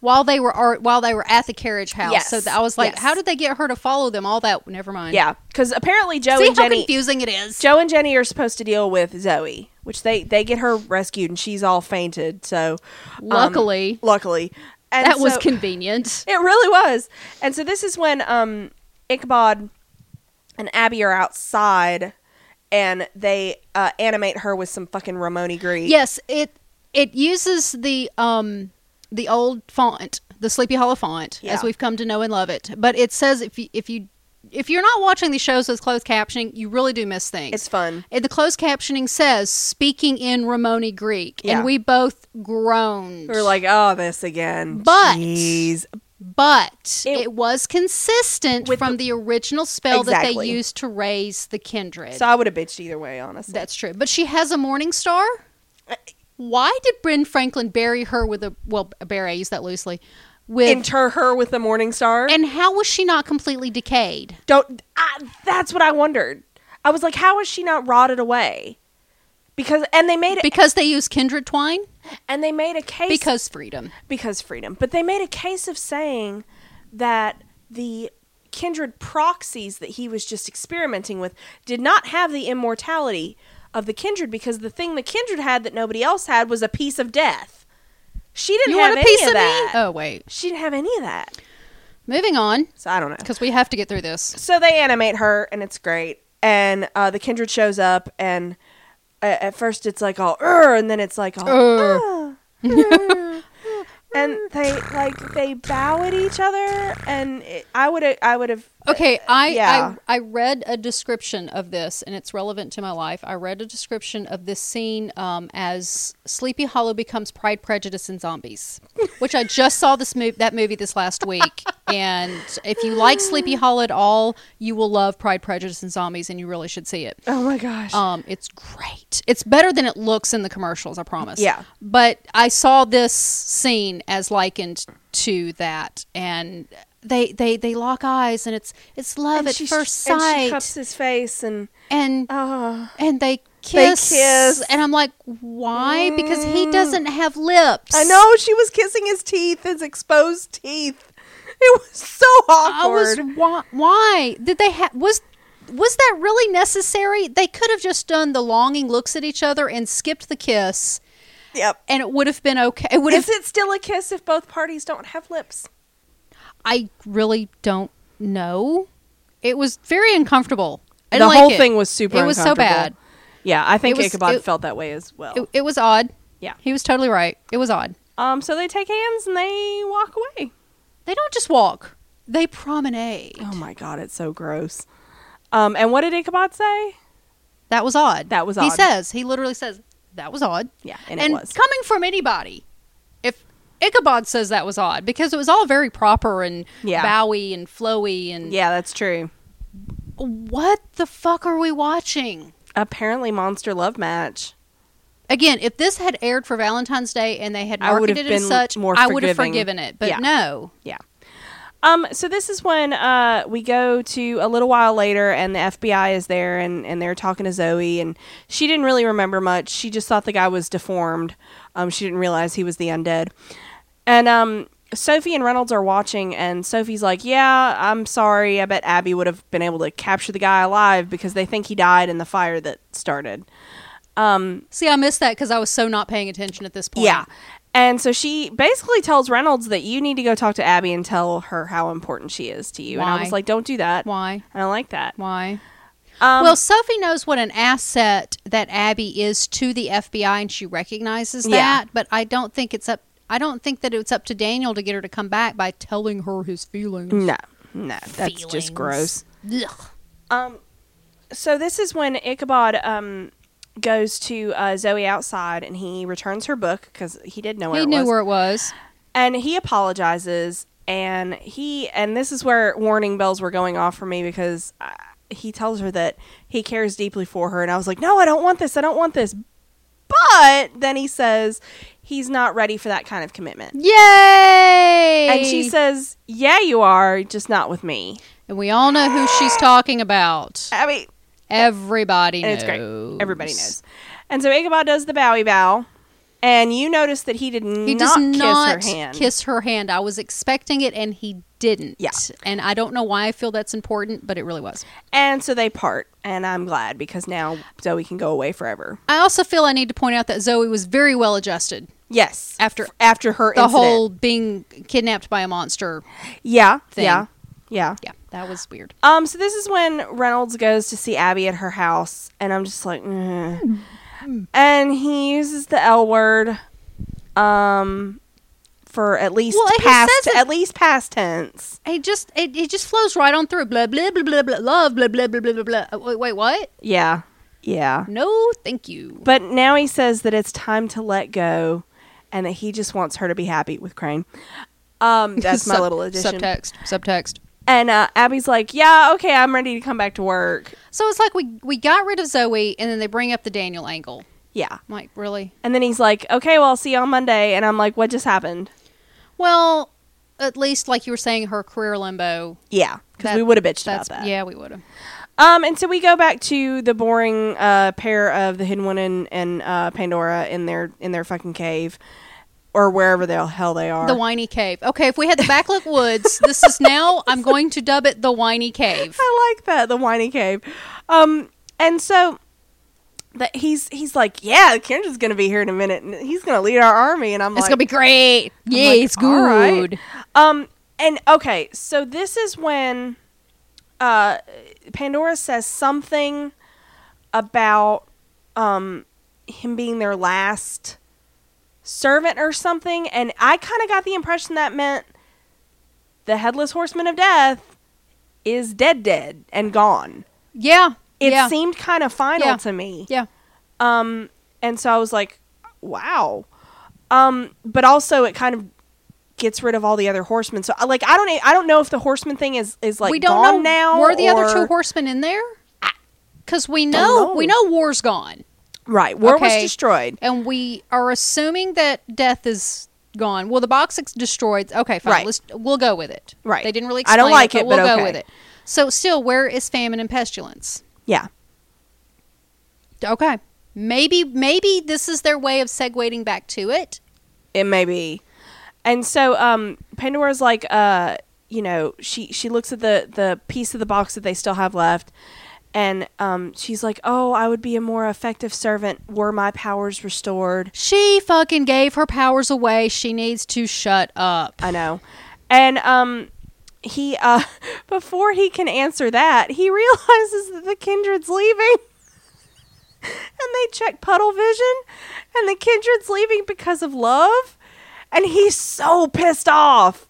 while they were or, while they were at the carriage house. Yes. So th- I was like, Yes. how did they get her to follow them? All that. Never mind. yeah, because apparently Joe See and how Jenny, confusing it is. Joe and Jenny are supposed to deal with Zoe, which they they get her rescued, and she's all fainted. So um, Luckily, luckily, and that was so- convenient. It really was. And so this is when um Ichabod and Abby are outside and they uh, animate her with some fucking Ramoni Greek. Yes, it it uses the um the old font, the Sleepy Hollow font, Yeah. as we've come to know and love it. But it says if you if you if you're not watching these shows with closed captioning, you really do miss things. It's fun. And Eh, the closed captioning says "speaking in Romani Greek," Yeah. and we both groaned. We're like, oh, this again. But- Jeez. but It- it, was consistent With from the, original spell that they Exactly. used to raise the kindred. So I would have bitched either way, honestly. That's true. But she has a morning star. Why did Bryn Franklin bury her with a well a bury? I use that loosely. With Inter her with the Morning Star. and how was she not completely decayed? Don't. I, that's what I wondered. I was like, how is she not rotted away? Because and they made it Because they use kindred twine. and they made a case Because freedom. because freedom. But they made a case of saying that the kindred proxies that he was just experimenting with did not have the immortality of the kindred because the thing the kindred had that nobody else had was a piece of death. She didn't You have want a any piece of, of, that. me? Oh wait. She didn't have any of that. Moving on So I don't know. because we have to get through this. So they animate her and it's great. And uh, the kindred shows up and uh, at first it's like all "Ur," and then it's like all Ur. "Ah, ur," and they like they bow at each other and it, I would I would have Okay, I, yeah. I I read a description of this, and it's relevant to my life. I read a description of this scene um, as Sleepy Hollow becomes Pride, Prejudice, and Zombies, which I just saw this movie that movie this last week. and if you like Sleepy Hollow at all, you will love Pride, Prejudice, and Zombies, and you really should see it. oh my gosh Um, it's great. It's better than it looks in the commercials, I promise. Yeah. But I saw this scene as likened to that, and they they they lock eyes, and it's it's love And at she- first and sight, she and cups his face and and, oh they kiss, kiss. Mm. and I'm like, why? Because he doesn't have lips. I know she was kissing his teeth his exposed teeth it was so I was awkward why, why did they have was was that really necessary? They could have just done the longing looks at each other and skipped the kiss. yep and it would have been okay. It would is have. it still a kiss if both parties don't have lips I really don't know. It was very uncomfortable. I the didn't like whole it. thing was super. It was so bad. uncomfortable. Yeah, I think It was- Ichabod it- felt that way as well. It, it was odd. Yeah. he was totally right. It was odd. um, so they take hands and they walk away. They don't just walk; they promenade. Oh my god, it's so gross. Um, and what did Ichabod say? That was odd. That was He odd. says he literally says that was odd. Yeah, and it was. coming from anybody, if Ichabod says that was odd because it was all very proper and Yeah. bowy and flowy and Yeah, that's true. what the fuck are we watching? Apparently, monster love match. Again, if this had aired for Valentine's Day and they had I would marketed have it as been such, more I would have forgiving. forgiven it. But Yeah. no, Yeah. Um, so this is when uh, we go to a little while later, and the FBI is there, and, and they're talking to Zoe, and she didn't really remember much. She just thought the guy was deformed. Um, she didn't realize he was the undead. And um, Sophie and Reynolds are watching, and Sophie's like, "Yeah, I'm sorry. I bet Abby would have been able to capture the guy alive because they think he died in the fire that started." See, I missed that because I was so not paying attention at this point. Yeah. And so she basically tells Reynolds that you need to go talk to Abby and tell her how important she is to you. And I Why? was like, don't do that. Why? I don't like that. Why? Um, well, Sophie knows what an asset that Abby is to the FBI, and she recognizes Yeah. that. But I don't think it's up. I don't think that it's up to Daniel to get her to come back by telling her his feelings. No, no, that's Feelings. just gross. Ugh. So this is when Ichabod um, goes to uh, Zoe outside, and he returns her book because he did know where He it knew was. where it was. and he apologizes, and he and this is where warning bells were going off for me because uh, he tells her that he cares deeply for her, and I was like, no, I don't want this, I don't want this. But then he says he's not ready for that kind of commitment. Yay! And she says, "Yeah, you are, just not with me." and we all know who she's talking about. I mean, Everybody and knows. it's great. Everybody knows. And so Ichabod does the bowie bow, and you notice that he did He not does kiss not her hand. kiss her hand. I was expecting it, and he didn't. Yeah. And I don't know why I feel that's important, but it really was. and so they part, and I'm glad because now Zoe can go away forever. I also feel I need to point out that Zoe was very well adjusted. Yes, After- after her The incident. whole being kidnapped by a monster. yeah thing. yeah yeah. Yeah, that was weird. Um, so this is when Reynolds goes to see Abby at her house, and I'm just like, "Mm." and he uses the L word, um, for at least Well, and he past says it- at least past tense. It just it, it just flows right on through. Blah blah blah blah blah love blah blah blah blah blah blah. Uh, Wait, wait, what? Yeah, yeah. No, thank you. But now he says that it's time to let go and that he just wants her to be happy with Crane. Um, that's my Sub- little addition. Subtext. Subtext. And uh, Abby's like, yeah, okay, I'm ready to come back to work. So it's like we we got rid of Zoe, and then they bring up the Daniel angle. Yeah. I'm like, really? And then he's like, okay, well, I'll see you on Monday. And I'm like, what just happened? Well, at least like you were saying, her career limbo. Yeah. Because That- we would have bitched about That's that. yeah, we would have. Um, and so we go back to the boring uh, pair of the Hidden One and, and uh, Pandora in their in their fucking cave or wherever the hell they are. The whiny cave. Okay, if we had the backlit woods, this is now. I'm going to dub it the whiny cave. I like that the whiny cave. Um, and so that he's he's like, yeah, Kendra's gonna be here in a minute, and he's gonna lead our army, and I'm It's like, gonna be great. Yeah, like, it's all right. good. um, and okay, so this is when uh, Pandora says something about um him being their last servant or something, and I kind of got the impression that meant the headless horseman of death is dead, dead and gone. Yeah, it yeah, seemed kind of final Yeah. to me. yeah. Um, and so I was like, wow. Um, but also it kind of gets rid of all the other horsemen. So I- like I don't e, I don't know if the horseman thing is is like we don't know gone now. Were the other or- two horsemen in there? Because we know, know. we know war's gone, right? War Okay. was destroyed. and we are assuming that death is gone. Well, the box is destroyed. Okay, fine. Right. Let's, we'll go with it. Right. They didn't really. I Explain don't like it, but we'll but go okay. with it. So still, where is famine and pestilence? Yeah, Okay. Maybe maybe this is their way of segueing back to it. it may be. And so um, Pandora's like, uh, you know, she she looks at the the piece of the box that they still have left. And um, she's like, "Oh, I would be a more effective servant were my powers restored." She fucking gave her powers away. She needs to shut up. I know. And um he uh before he can answer that, he realizes that the kindred's leaving. and they check puddle vision and the kindred's leaving because of love. And he's so pissed off.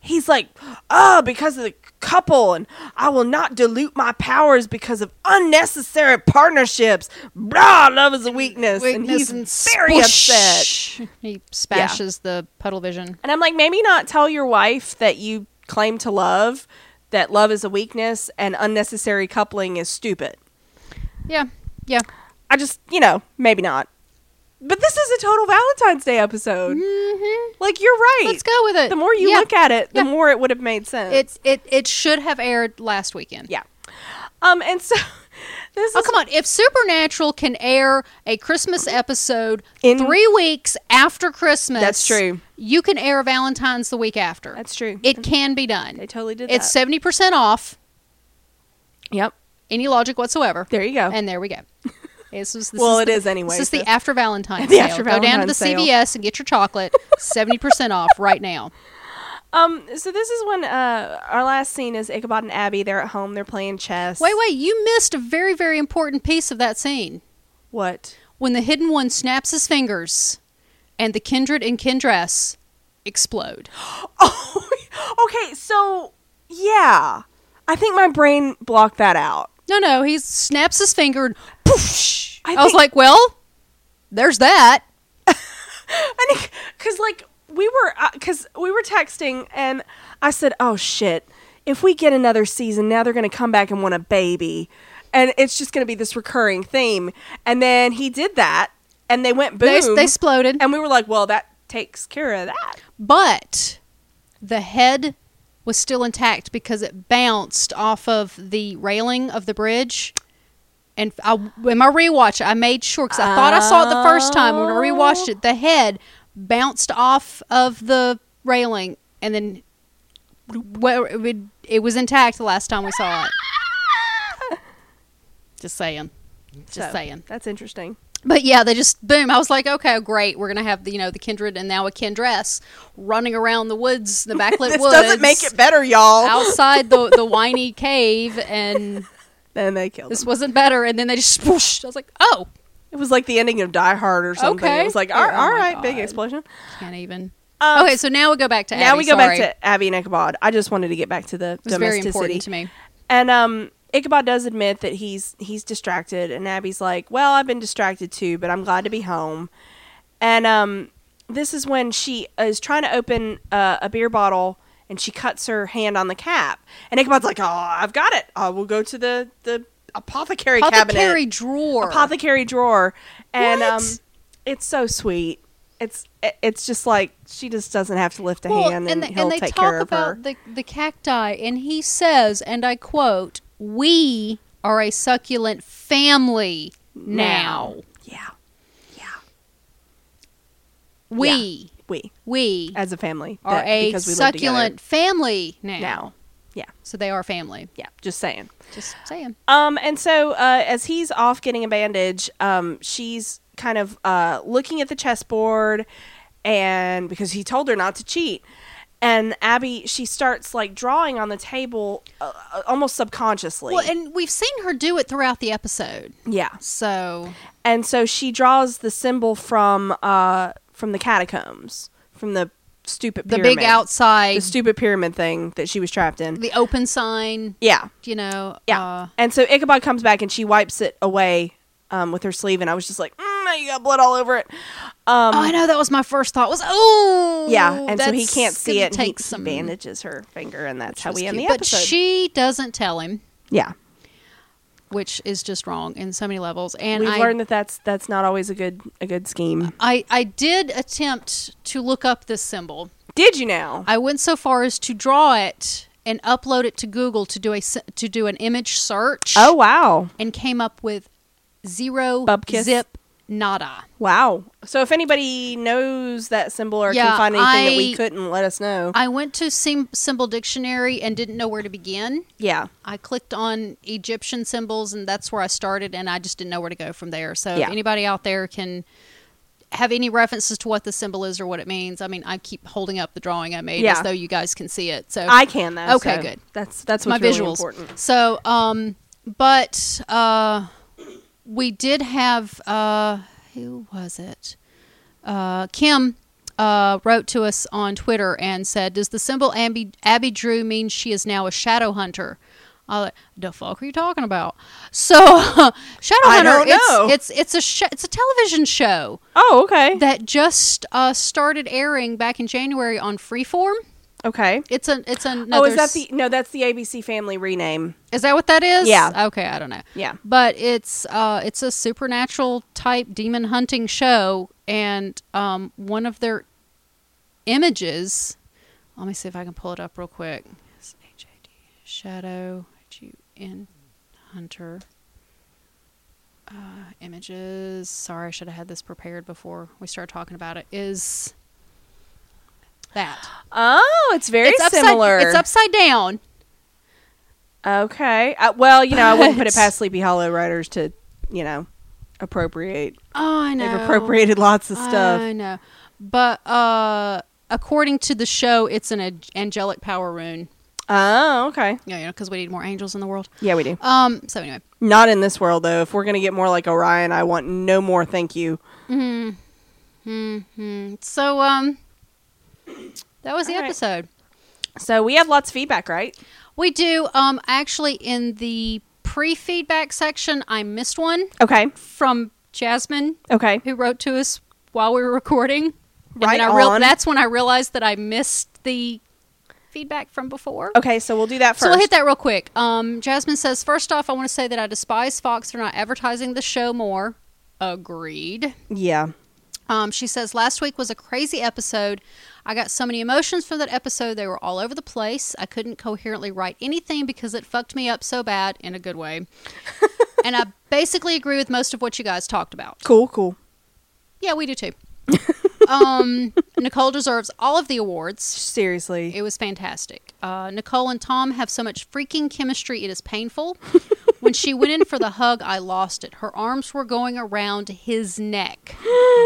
He's like, "Oh, because of the couple and I will not dilute my powers because of unnecessary partnerships. Blah, love is a weakness." and he's very upset. upset. He spashes the puddle vision. And I'm like, maybe not tell your wife that you claim to love, that love is a weakness and unnecessary coupling is stupid. Yeah. Yeah. I just, you know, maybe not. But this is a total Valentine's Day episode. Mm-hmm. Like you're right. Let's go with it. The more you Yeah. look at it, the Yeah. more it would have made sense. it, it it should have aired last weekend. yeah. Um, and so this Oh is come on! If Supernatural can air a Christmas episode In- three weeks after Christmas, That's true. You can air Valentine's the week after. that's true. it can be done. they totally did It's that. seventy percent off. Yep. Any logic whatsoever. There you go. And there we go. This was, this well, is it the, is anyway. This is so- the after Valentine's The sale. after Go down to the Valentine's sale. CVS and get your chocolate. Seventy percent off right now. um. So this is when uh our last scene is Ichabod and Abby. They're at home. They're playing chess. Wait, wait! You missed a very, very important piece of that scene. What? when the hidden one snaps his fingers and the kindred and kindress explode. Oh. Okay. So yeah, I think my brain blocked that out. No, no, he snaps his finger and poof. I I, was think- like, well, there's that. I think because like we were because we were texting and I said, "Oh shit! If we get another season, now they're gonna come back and want a baby, and it's just gonna be this recurring theme." And then he did that, and they went They, boom, they exploded. and we were like, "Well, that takes care of that." But the head was still intact because it bounced off of the railing of the bridge. And I, in my rewatch, I made sure because I thought I saw it the first time. When I rewatched it, the head bounced off of the railing, and then well, it, would- it was intact the last time we saw it. Just saying, just So, saying. That's interesting. But yeah, they just boom. I was like, okay, great. We're gonna have the you know the kindred and now a kindress running around the woods, the backlit this woods, doesn't make it better, y'all. outside the the whiny cave, and Then they killed. this Him. wasn't better. And then they just whoosh. I was like, oh, It was like the ending of Die Hard or something. Okay. It was like, Yeah, all, oh all my right, big God. explosion. can't even. Um, okay, so now we go back to now Abby, we go sorry. back to Abby and Ichabod. I just wanted to get back to the It was very domesticity. important to me. And um, Ichabod does admit that he's he's distracted, and Abby's like, "Well, I've been distracted too, but I'm glad to be home." And um, this is when she is trying to open uh, a beer bottle, and she cuts her hand on the cap. And Ichabod's like, "Oh, I've got it. I will go to the the apothecary, Apothecary cabinet, drawer. apothecary drawer." And What? um, it's so sweet. It's it's just like she just doesn't have to lift a Well, hand, and, and, the- he'll and they take talk care of about her. the the cacti, and he says, and I quote, "We are a succulent family now. yeah, yeah. We." We We as a family are that- a because we live together. succulent family now. now. Yeah, So they are family. yeah, just saying. Just saying. Um, and so uh, as he's off getting a bandage, um, she's kind of uh, looking at the chessboard, and because he told her not to cheat, and Abby she starts like drawing on the table uh, uh, almost subconsciously. Well, and we've seen her do it throughout the episode. yeah, So and so she draws the symbol from uh from the catacombs from the stupid the pyramid, big outside, the the, stupid pyramid thing that she was trapped in. open sign, Yeah. you know. Yeah. Uh, and so Ichabod comes back and she wipes it away um, with her sleeve, and I was just like, mm, now you got blood all over it. Um, oh, I know that was my first thought. Was oh yeah, and so he that's can't see gonna it. and Take he some bandages her finger, and that's which how was we end cute. the But episode. she doesn't tell him, yeah, which is just wrong in so many levels. And we've I Uh, learned that that's that's not always a good a good scheme. I I did attempt to look up this symbol. Did you now? I went so far as to draw it and upload it to Google to do a s- to do an image search. oh wow, and came up with zero Bubkiss? zip nada. wow. So if anybody knows that symbol or Yeah, can find anything that we I- couldn't, let us know. I went to Sym- symbol dictionary and didn't know where to begin. yeah, I clicked on Egyptian symbols and that's where I started, and I just didn't know where to go from there. So Yeah. if anybody out there can have any references to what the symbol is or what it means, I mean, I keep holding up the drawing I made Yeah. as though you guys can see it. So I can though. Okay, so good. That's that's my what's really visuals. important. So, um, but uh, we did have uh, who was it? Uh, Kim uh, wrote to us on Twitter and said, "Does the symbol Abby, Abby Drew mean she is now a shadow hunter?" I was like, the fuck are you talking about? So, shadow I hunter. don't it's, know. it's it's a sh- it's a television show Oh okay. that just uh, started airing back in January on Freeform. Okay. It's a it's a oh, is that the no? That's the ABC Family rename. is that what that is? Yeah. Okay, I don't know. Yeah. But it's uh it's a supernatural type demon hunting show and um one of their images let me see if I can pull it up real quick. It's H A D Shadow G N Hunter. Uh, images. Sorry, I should have had this prepared before we start talking about it. Is that Oh, it's very it's upside, similar. It's upside down. Okay. Uh, well, you know, I wouldn't put it But- past Sleepy Hollow writers to, you know, appropriate. Oh, I know. They've appropriated lots of stuff. I know. But uh, according to the show, it's an ang- angelic power rune. Oh, okay. Yeah, you know, because we need more angels in the world. Yeah, we do. Um. So anyway, Not in this world, though. If we're going to get more like Orion, I want no more, thank you. hmm Mm-hmm. so um, that was the All right. episode. So we have lots of feedback, right? We do um actually in the pre-feedback section, I missed one Okay. from Jasmine Okay. who wrote to us while we were recording. And Right then I real- on. That's when I realized that I missed the feedback from before. Okay, so we'll do that first. So we'll hit that real quick. Um, Jasmine says, first off, I want to say that I despise Fox for not advertising the show more. Agreed. Yeah. Um, she says, last week was a crazy episode. I got so many emotions from that episode. They were all over the place. I couldn't coherently write anything because it fucked me up so bad in a good way. and I basically agree with most of what you guys talked about. Cool, cool. Yeah, we do too. um, Nicole deserves all of the awards. Seriously. It was fantastic. Uh, Nicole and Tom have so much freaking chemistry, it is painful. when she went in for the hug, I lost it. Her arms were going around his neck.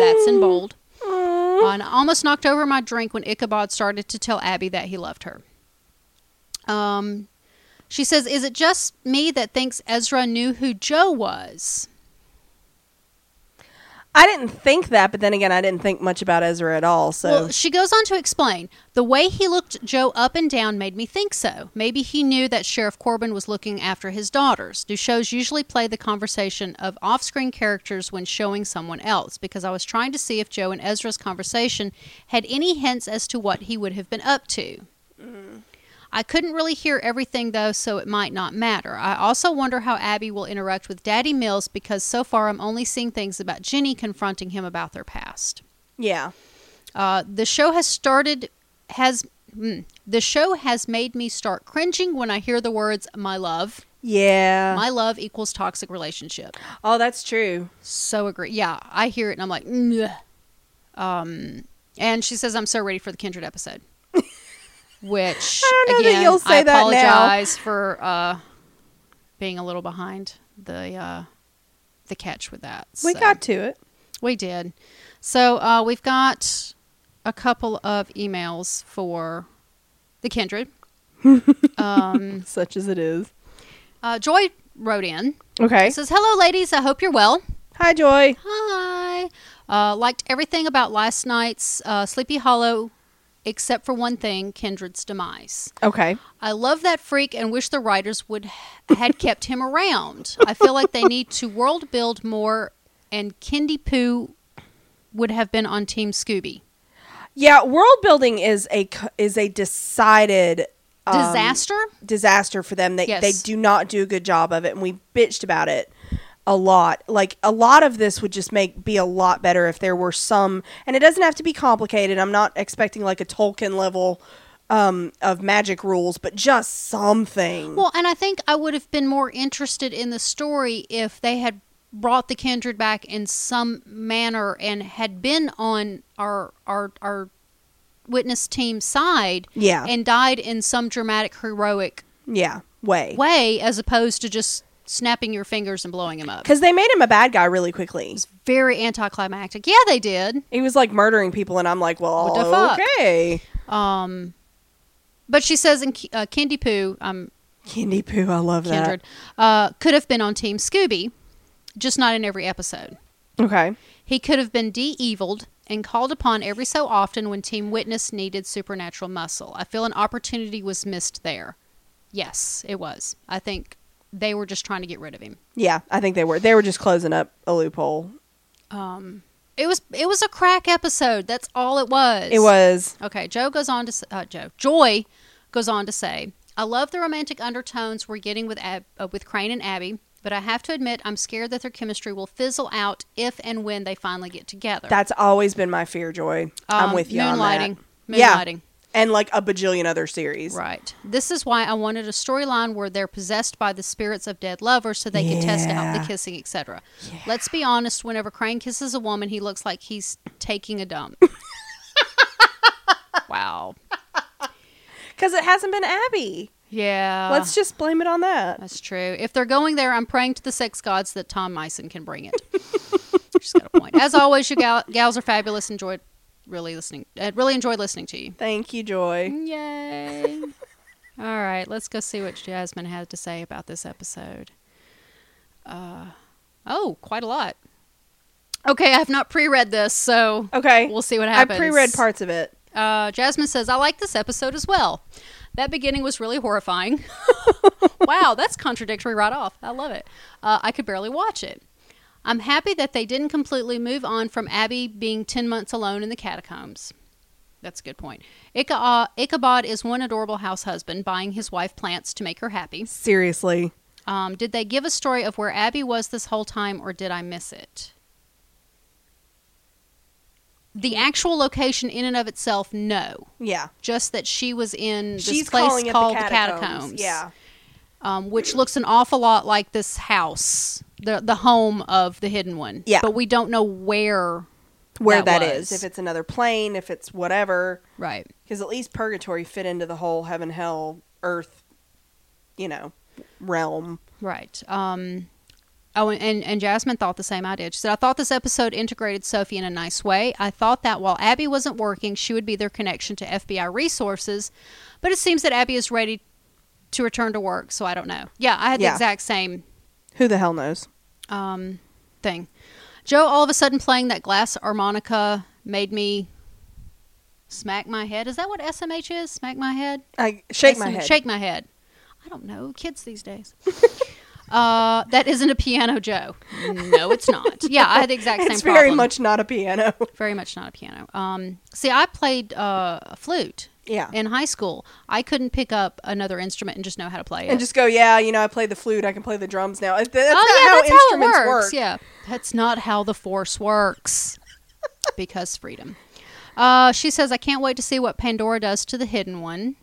That's in bold. Uh, and I almost knocked over my drink when Ichabod started to tell Abby that he loved her. Um, she says, Is it just me that thinks Ezra knew who Joe was? I didn't think that, but then again, I didn't think much about Ezra at all. So, Well, she goes on to explain the way he looked Joe up and down made me think so. Maybe he knew that Sheriff Corbin was looking after his daughters. Do shows usually play the conversation of off screen characters when showing someone else? Because I was trying to see if Joe and Ezra's conversation had any hints as to what he would have been up to. I couldn't really hear everything though, so it might not matter. I also wonder how Abby will interact with Daddy Mills because so far I'm only seeing things about Jenny confronting him about their past. yeah. Uh, the show has started has mm, the show has made me start cringing when I hear the words "my love." Yeah. My love equals toxic relationship. oh, that's true. So agree. Yeah, I hear it and I'm like, "Ugh." um. And she says, "I'm so ready for the Kindred episode." Which I don't know that again, you'll say I that now. apologize for uh, being a little behind the uh, the catch with that. We So- got to it. we did. So uh, we've got a couple of emails for the Kindred. um, Such as it is. uh, Joy wrote in. Okay. Says, "Hello, ladies. I hope you're well. Hi, Joy. Hi. Uh, liked everything about last night's uh, Sleepy Hollow, except for one thing: Kindred's demise. Okay. I love that freak and wish the writers would had kept him around. I feel like they need to world build more, and Kindy Poo would have been on Team Scooby." Yeah, world building is a c- is a decided um, disaster. disaster for them. They Yes. they do not do a good job of it, and we bitched about it a lot. Like a lot of this would just make be a lot better if there were some, and it doesn't have to be complicated. I'm not expecting like a Tolkien level um, of magic rules, but just something. Well, and I think I would have been more interested in the story if they had brought the kindred back in some manner and had been on our our our witness team side yeah, and died in some dramatic heroic yeah, way way as opposed to just snapping your fingers and blowing him up. because they made him a bad guy really quickly. It's very anticlimactic. Yeah, they did. He was like murdering people, and I'm like, well, What the fuck? okay, Um but she says in Ki- uh, Kindy Poo, um, Kindy Poo, I love Kindred, uh, could have been on Team Scooby, just not in every episode. that. Okay, He could have been de eviled and called upon every so often when Team Witness needed supernatural muscle. I feel an opportunity was missed there. Yes, it was. I think they were just trying to get rid of him. yeah, I think they were. They were just closing up a loophole. Um, It was it was a crack episode. That's all it was. It was. Okay, Joe goes on to s- uh, Joe Joy goes on to say, "I love the romantic undertones we're getting with Ab- uh, with Crane and Abby, but I have to admit I'm scared that their chemistry will fizzle out if and when they finally get together." That's always been my fear, Joy. I'm Um, with you Moonlighting, on that. Yeah. moonlighting. And like a bajillion other series. Right. This is why I wanted a storyline where they're possessed by the spirits of dead lovers so they can test out Yeah. the kissing, etc. Let's be honest, whenever Crane kisses a woman, he looks like he's taking a dump. wow. Because it hasn't been Abby. Yeah. Let's just blame it on that. That's true. If they're going there, I'm praying to the sex gods that Tom Meissen can bring it. She's got a point. As always, you gal- gals are fabulous. Enjoyed really listening. Uh, really enjoyed listening to you. Thank you, Joy. Yay. All right, let's go see what Jasmine had to say about this episode. Uh, oh, quite a lot. Okay, I have not pre read this, so Okay. we'll see what I happens. pre read parts of it. Uh, Jasmine says, I like this episode as well. That beginning was really horrifying. wow, that's contradictory right off. I love it. Uh, I could barely watch it. I'm happy that they didn't completely move on from Abby being 10 months alone in the catacombs. That's a good point. Icha- Ichabod is one adorable house husband buying his wife plants to make her happy. Seriously. Um, did they give a story of where Abby was this whole time, or did I miss it? The actual location, in and of itself, no. Yeah. Just that she was in this She's place calling it called the catacombs. Yeah. um, which looks an awful lot like this house, the the home of the hidden one. Yeah. but we don't know where Where that that is. was. If it's another plane, if it's whatever. right. Because at least purgatory fit into the whole heaven, hell, earth, you know, realm. Right. Um, oh, and, and Jasmine thought the same I did. She said, I thought this episode integrated Sophie in a nice way. I thought that while Abby wasn't working, she would be their connection to FBI resources. But it seems that Abby is ready to return to work, so I don't know. Yeah, I had the Yeah. exact same Who the hell knows? um, thing. Joe all of a sudden playing that glass harmonica made me smack my head. Is that what SMH is? Smack my head? I shake Yes, my and head. Shake my head. I don't know. Kids these days. uh, that isn't a piano, Joe. No, it's not. Yeah, I had the exact same It's problem. very much not a piano. very much not a piano. Um, see, I played uh, a flute Yeah. in high school. I couldn't pick up another instrument and just know how to play it. and just go, yeah, you know, I play the flute, I can play the drums now. That's not oh yeah, how that's how it instruments works. work. Yeah, that's not how the force works. because freedom. Uh, she says, "I can't wait to see what Pandora does to the hidden one."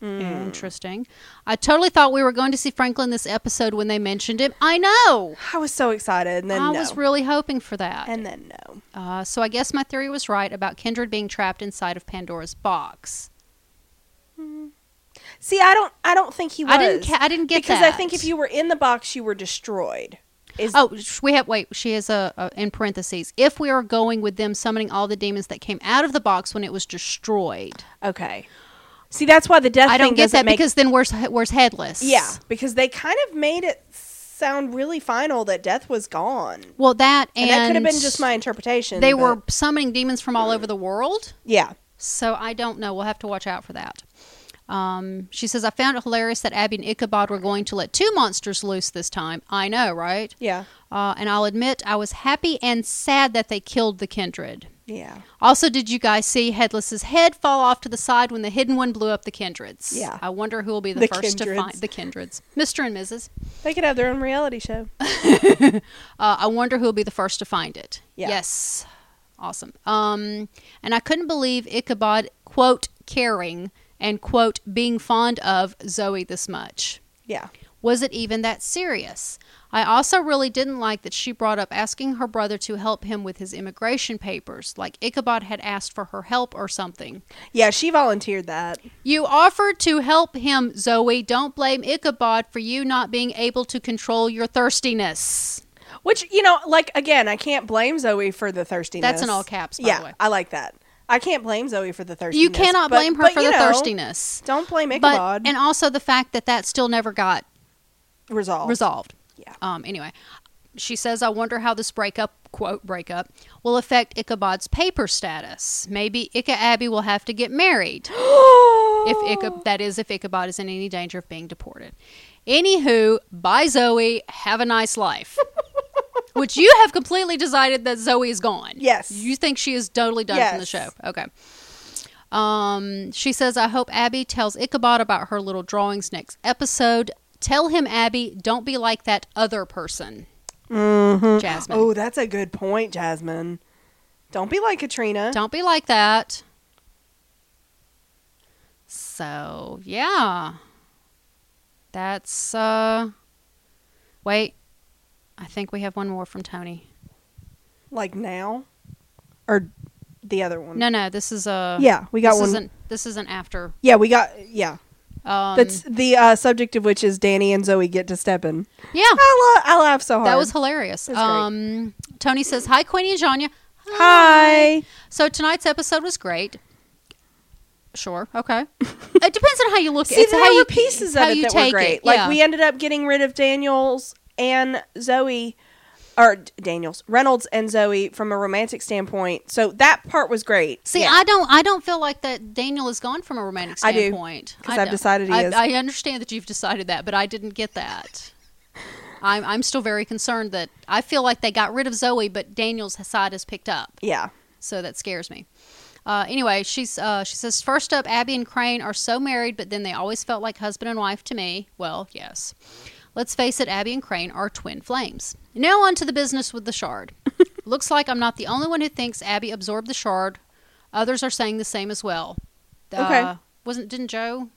Mm. Interesting. I totally thought we were going to see Franklin this episode when they mentioned him. I know. I was so excited, and then I no, was really hoping for that. and then no. uh, so I guess my theory was right about Kindred being trapped inside of Pandora's box. See, I don't, I don't think he was. I didn't. Ca- I didn't get because that I think if you were in the box, you were destroyed. Is Oh, sh- we have wait. She is a, a in parentheses. If we are going with them summoning all the demons that came out of the box when it was destroyed, okay. See, that's why the death I thing don't get doesn't that make because then where's where's headless? yeah, because they kind of made it sound really final that death was gone, Well, that and, and, that could have been just my interpretation. They but- were summoning demons from all over the world, yeah, so I don't know. We'll have to watch out for that. Um, she says, "I found it hilarious that Abby and Ichabod were going to let two monsters loose this time. I know, right? yeah, Uh, and I'll admit, I was happy and sad that they killed the kindred." yeah. Also, did you guys see Headless's head fall off to the side when the hidden one blew up the kindreds? Yeah. I wonder who will be the, The first to kindreds. find the kindreds. Mr. and Mrs. They could have their own reality show. Uh, I wonder who will be the first to find it. Yeah. Yes. Awesome. Um, and I couldn't believe Ichabod, quote, caring and, quote, being fond of Zoe this much. Yeah, Was it even that serious? I also really didn't like that she brought up asking her brother to help him with his immigration papers, like Ichabod had asked for her help or something. yeah. She volunteered that. You offered to help him, Zoe. Don't blame Ichabod for you not being able to control your thirstiness. Which you know, like again, I can't blame Zoe for the thirstiness. That's in all caps, by yeah, the way. I like that. I can't blame Zoe for the thirstiness. You cannot but- blame her but, for you the know, thirstiness. Don't blame But Ichabod. and also the fact that that still never got resolve. resolved. Yeah. Um. Anyway, she says, "I wonder how this breakup quote breakup will affect Ichabod's paper status. Maybe Ica Abby will have to get married." if Oh. Ichabod, that is, if Ichabod is in any danger of being deported. Anywho, bye Zoe. Have a nice life. which you have completely decided that Zoe is gone. Yes. You think she is totally done from the Yes. show. Okay. Um, she says, I hope Abby tells Ichabod about her little drawings next episode. Tell him, Abby, don't be like that other person. Jasmine. Oh, that's a good point, Jasmine. Don't be like Katrina. Don't be like that. So, yeah. That's uh Wait. I think we have one more from Tony. Like now, or the other one. No, no, this is uh Yeah, we got this one. Isn't, this isn't after. Yeah, we got. Yeah, Um that's the uh, subject of which is Danny and Zoe get to step in. Yeah. I, lo- I laugh so hard. That was hilarious. That's great. Um Tony says, "Hi Queenie and Janya. hi. So tonight's episode was great. Sure. Okay. it depends on how you look See, at it. there how were you pieces how of it you that were take great. It. Like yeah. we ended up getting rid of Daniels and Zoe, or D- Daniels Reynolds and Zoe from a romantic standpoint. So that part was great. See, Yeah. I don't. I don't feel like that. Daniel is gone from a romantic I do, standpoint. 'cause I I've don't. decided he I, is. I understand that you've decided that, but I didn't get that. I'm. I'm still very concerned that I feel like they got rid of Zoe, but Daniel's side is picked up, yeah. so that scares me. Uh, anyway, she's. Uh, she says, first up, Abby and Crane are so married, but then they always felt like husband and wife to me. Well, yes. Let's face it, Abby and Crane are twin flames. Now on to the business with the shard. Looks like I'm not the only one who thinks Abby absorbed the shard. Others are saying the same as well. Uh, Okay. wasn't didn't Joe?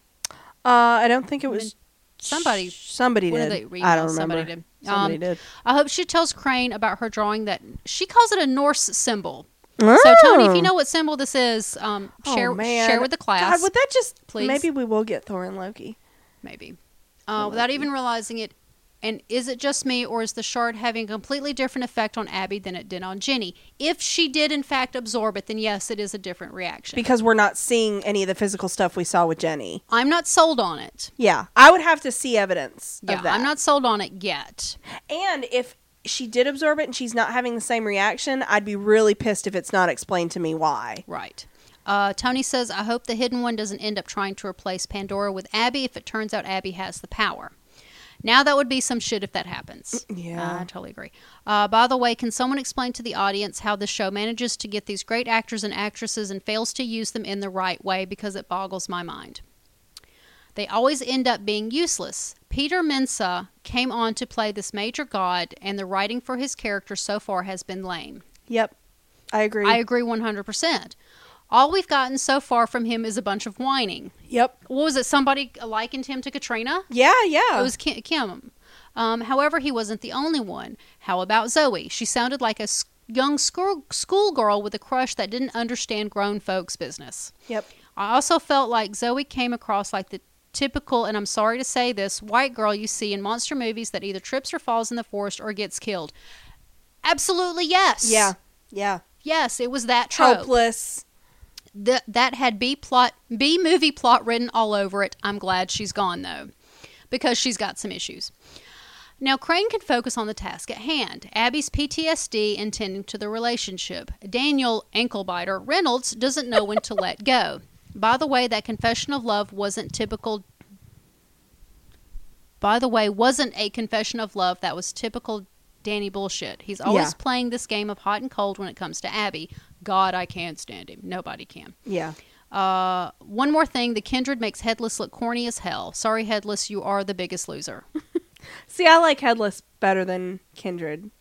Uh, I don't think it was Somebody- Somebody one of did. the- I don't remember. somebody Somebody did. did. Um, I hope she tells Crane about her drawing that she calls it a Norse symbol. So Tony, if you know what symbol this is, um, Oh, share man. share with the class, Oh. God, would that just please? Maybe we will get Thor and Loki. maybe, uh, without even realizing it. And is it just me, or is the shard having a completely different effect on Abby than it did on Jenny? If she did in fact absorb it, then yes, it is a different reaction. because we're not seeing any of the physical stuff we saw with Jenny. I'm not sold on it. Yeah, I would have to see evidence Yeah, of that. I'm not sold on it yet. and if she did absorb it and she's not having the same reaction, I'd be really pissed if it's not explained to me why. Right. Uh, Tony says, I hope the Hidden One doesn't end up trying to replace Pandora with Abby if it turns out Abby has the power. Now, that would be some shit if that happens. Yeah. I totally agree. Uh, by the way, can someone explain to the audience how the show manages to get these great actors and actresses and fails to use them in the right way because it boggles my mind? They always end up being useless. Peter Mensa came on to play this major god, and the writing for his character so far has been lame. Yep, I agree. I agree 100%. All we've gotten so far from him is a bunch of whining. yep. What was it? Somebody likened him to Katrina? Yeah, yeah. It was Ki- Kim. Um, however, he wasn't the only one. How about Zoe? She sounded like a s- young school schoolgirl with a crush that didn't understand grown folks' business. yep. I also felt like Zoe came across like the typical, and I'm sorry to say this, white girl you see in monster movies that either trips or falls in the forest or gets killed. Absolutely, yes. Yeah. Oh, Yeah. Yes, it was that trope Hopeless. that that had B plot B movie plot written all over it. I'm glad she's gone though, because she's got some issues. Now Crane can focus on the task at hand. Abby's PTSD and tending to the relationship. Daniel Anklebiter Reynolds doesn't know when to let go. By the way, that confession of love wasn't typical. By the way, wasn't a confession of love that was typical Danny bullshit. He's always Yeah. playing this game of hot and cold when it comes to Abby. God, I can't stand him. Nobody can. Yeah. Uh, one more thing. The Kindred makes Headless look corny as hell. Sorry, Headless, you are the biggest loser. See, I like headless better than kindred.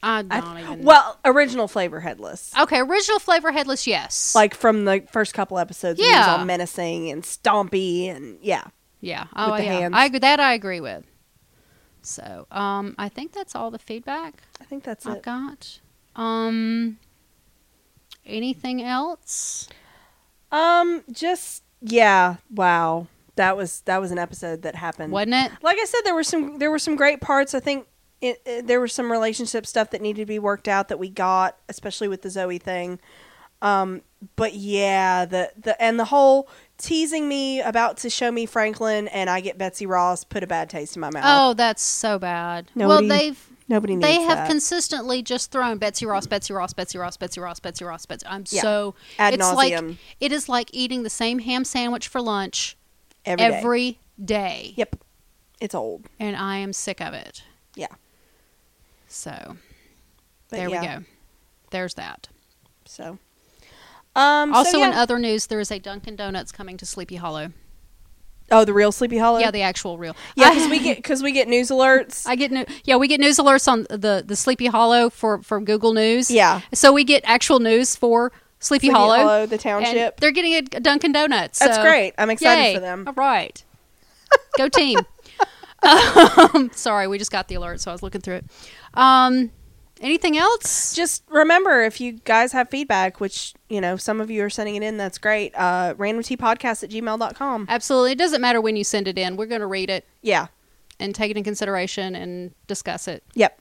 I don't I- even. well, original flavor headless. okay, original flavor Headless, yes. Like from the first couple episodes, when he was Yeah. all menacing and stompy, and yeah, yeah, oh with the yeah, hands. I agree. That I agree with. So, um, I think that's all the feedback I think that's I've it. got. Um, anything else? Um, just yeah, wow. That was that was an episode that happened. Wasn't it? Like I said, there were some there were some great parts. I think it, it- there was some relationship stuff that needed to be worked out that we got, especially with the Zoe thing. Um, but yeah, the the and the whole teasing me about to show me Franklin and I get Betsy Ross put a bad taste in my mouth. Oh, that's so bad. Nobody- well, they've Nobody needs Oh, they have that. consistently just thrown Betsy Ross, Betsy Ross, Betsy Ross, Betsy Ross, Betsy Ross, Betsy. I'm Yeah. so Ad it's like nauseam. it is like eating the same ham sandwich for lunch every day. every day, Yep, it's old. and I am sick of it. Yeah. So But there yeah, we go. There's that. So, um, so also, in yeah. other news, there is a Dunkin' Donuts coming to Sleepy Hollow. oh, the real Sleepy Hollow. Yeah, the actual real. yeah, because we get because we get news alerts. I get new, yeah, we get news alerts on the the Sleepy Hollow for from Google News. Yeah. so we get actual news for Sleepy, Sleepy Hollow. the and township. they're getting a Dunkin' Donuts. That's so great. I'm excited yay. for them. All right, go team. um, sorry, we just got the alert, so I was looking through it. Um, anything else? Just remember, if you guys have feedback, which you know some of you are sending it in, that's great. Uh, randomtpodcast at gmail.com. Absolutely, it doesn't matter when you send it in. We're going to read it Yeah. and take it in consideration and discuss it, Yep.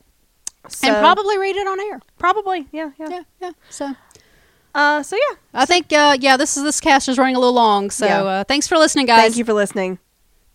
So, and probably read it on air. probably yeah, yeah Yeah, yeah. So. Uh, so yeah. I think, uh, yeah, this is this cast is running a little long. So Yeah. uh, thanks for listening, guys. Thank you for listening.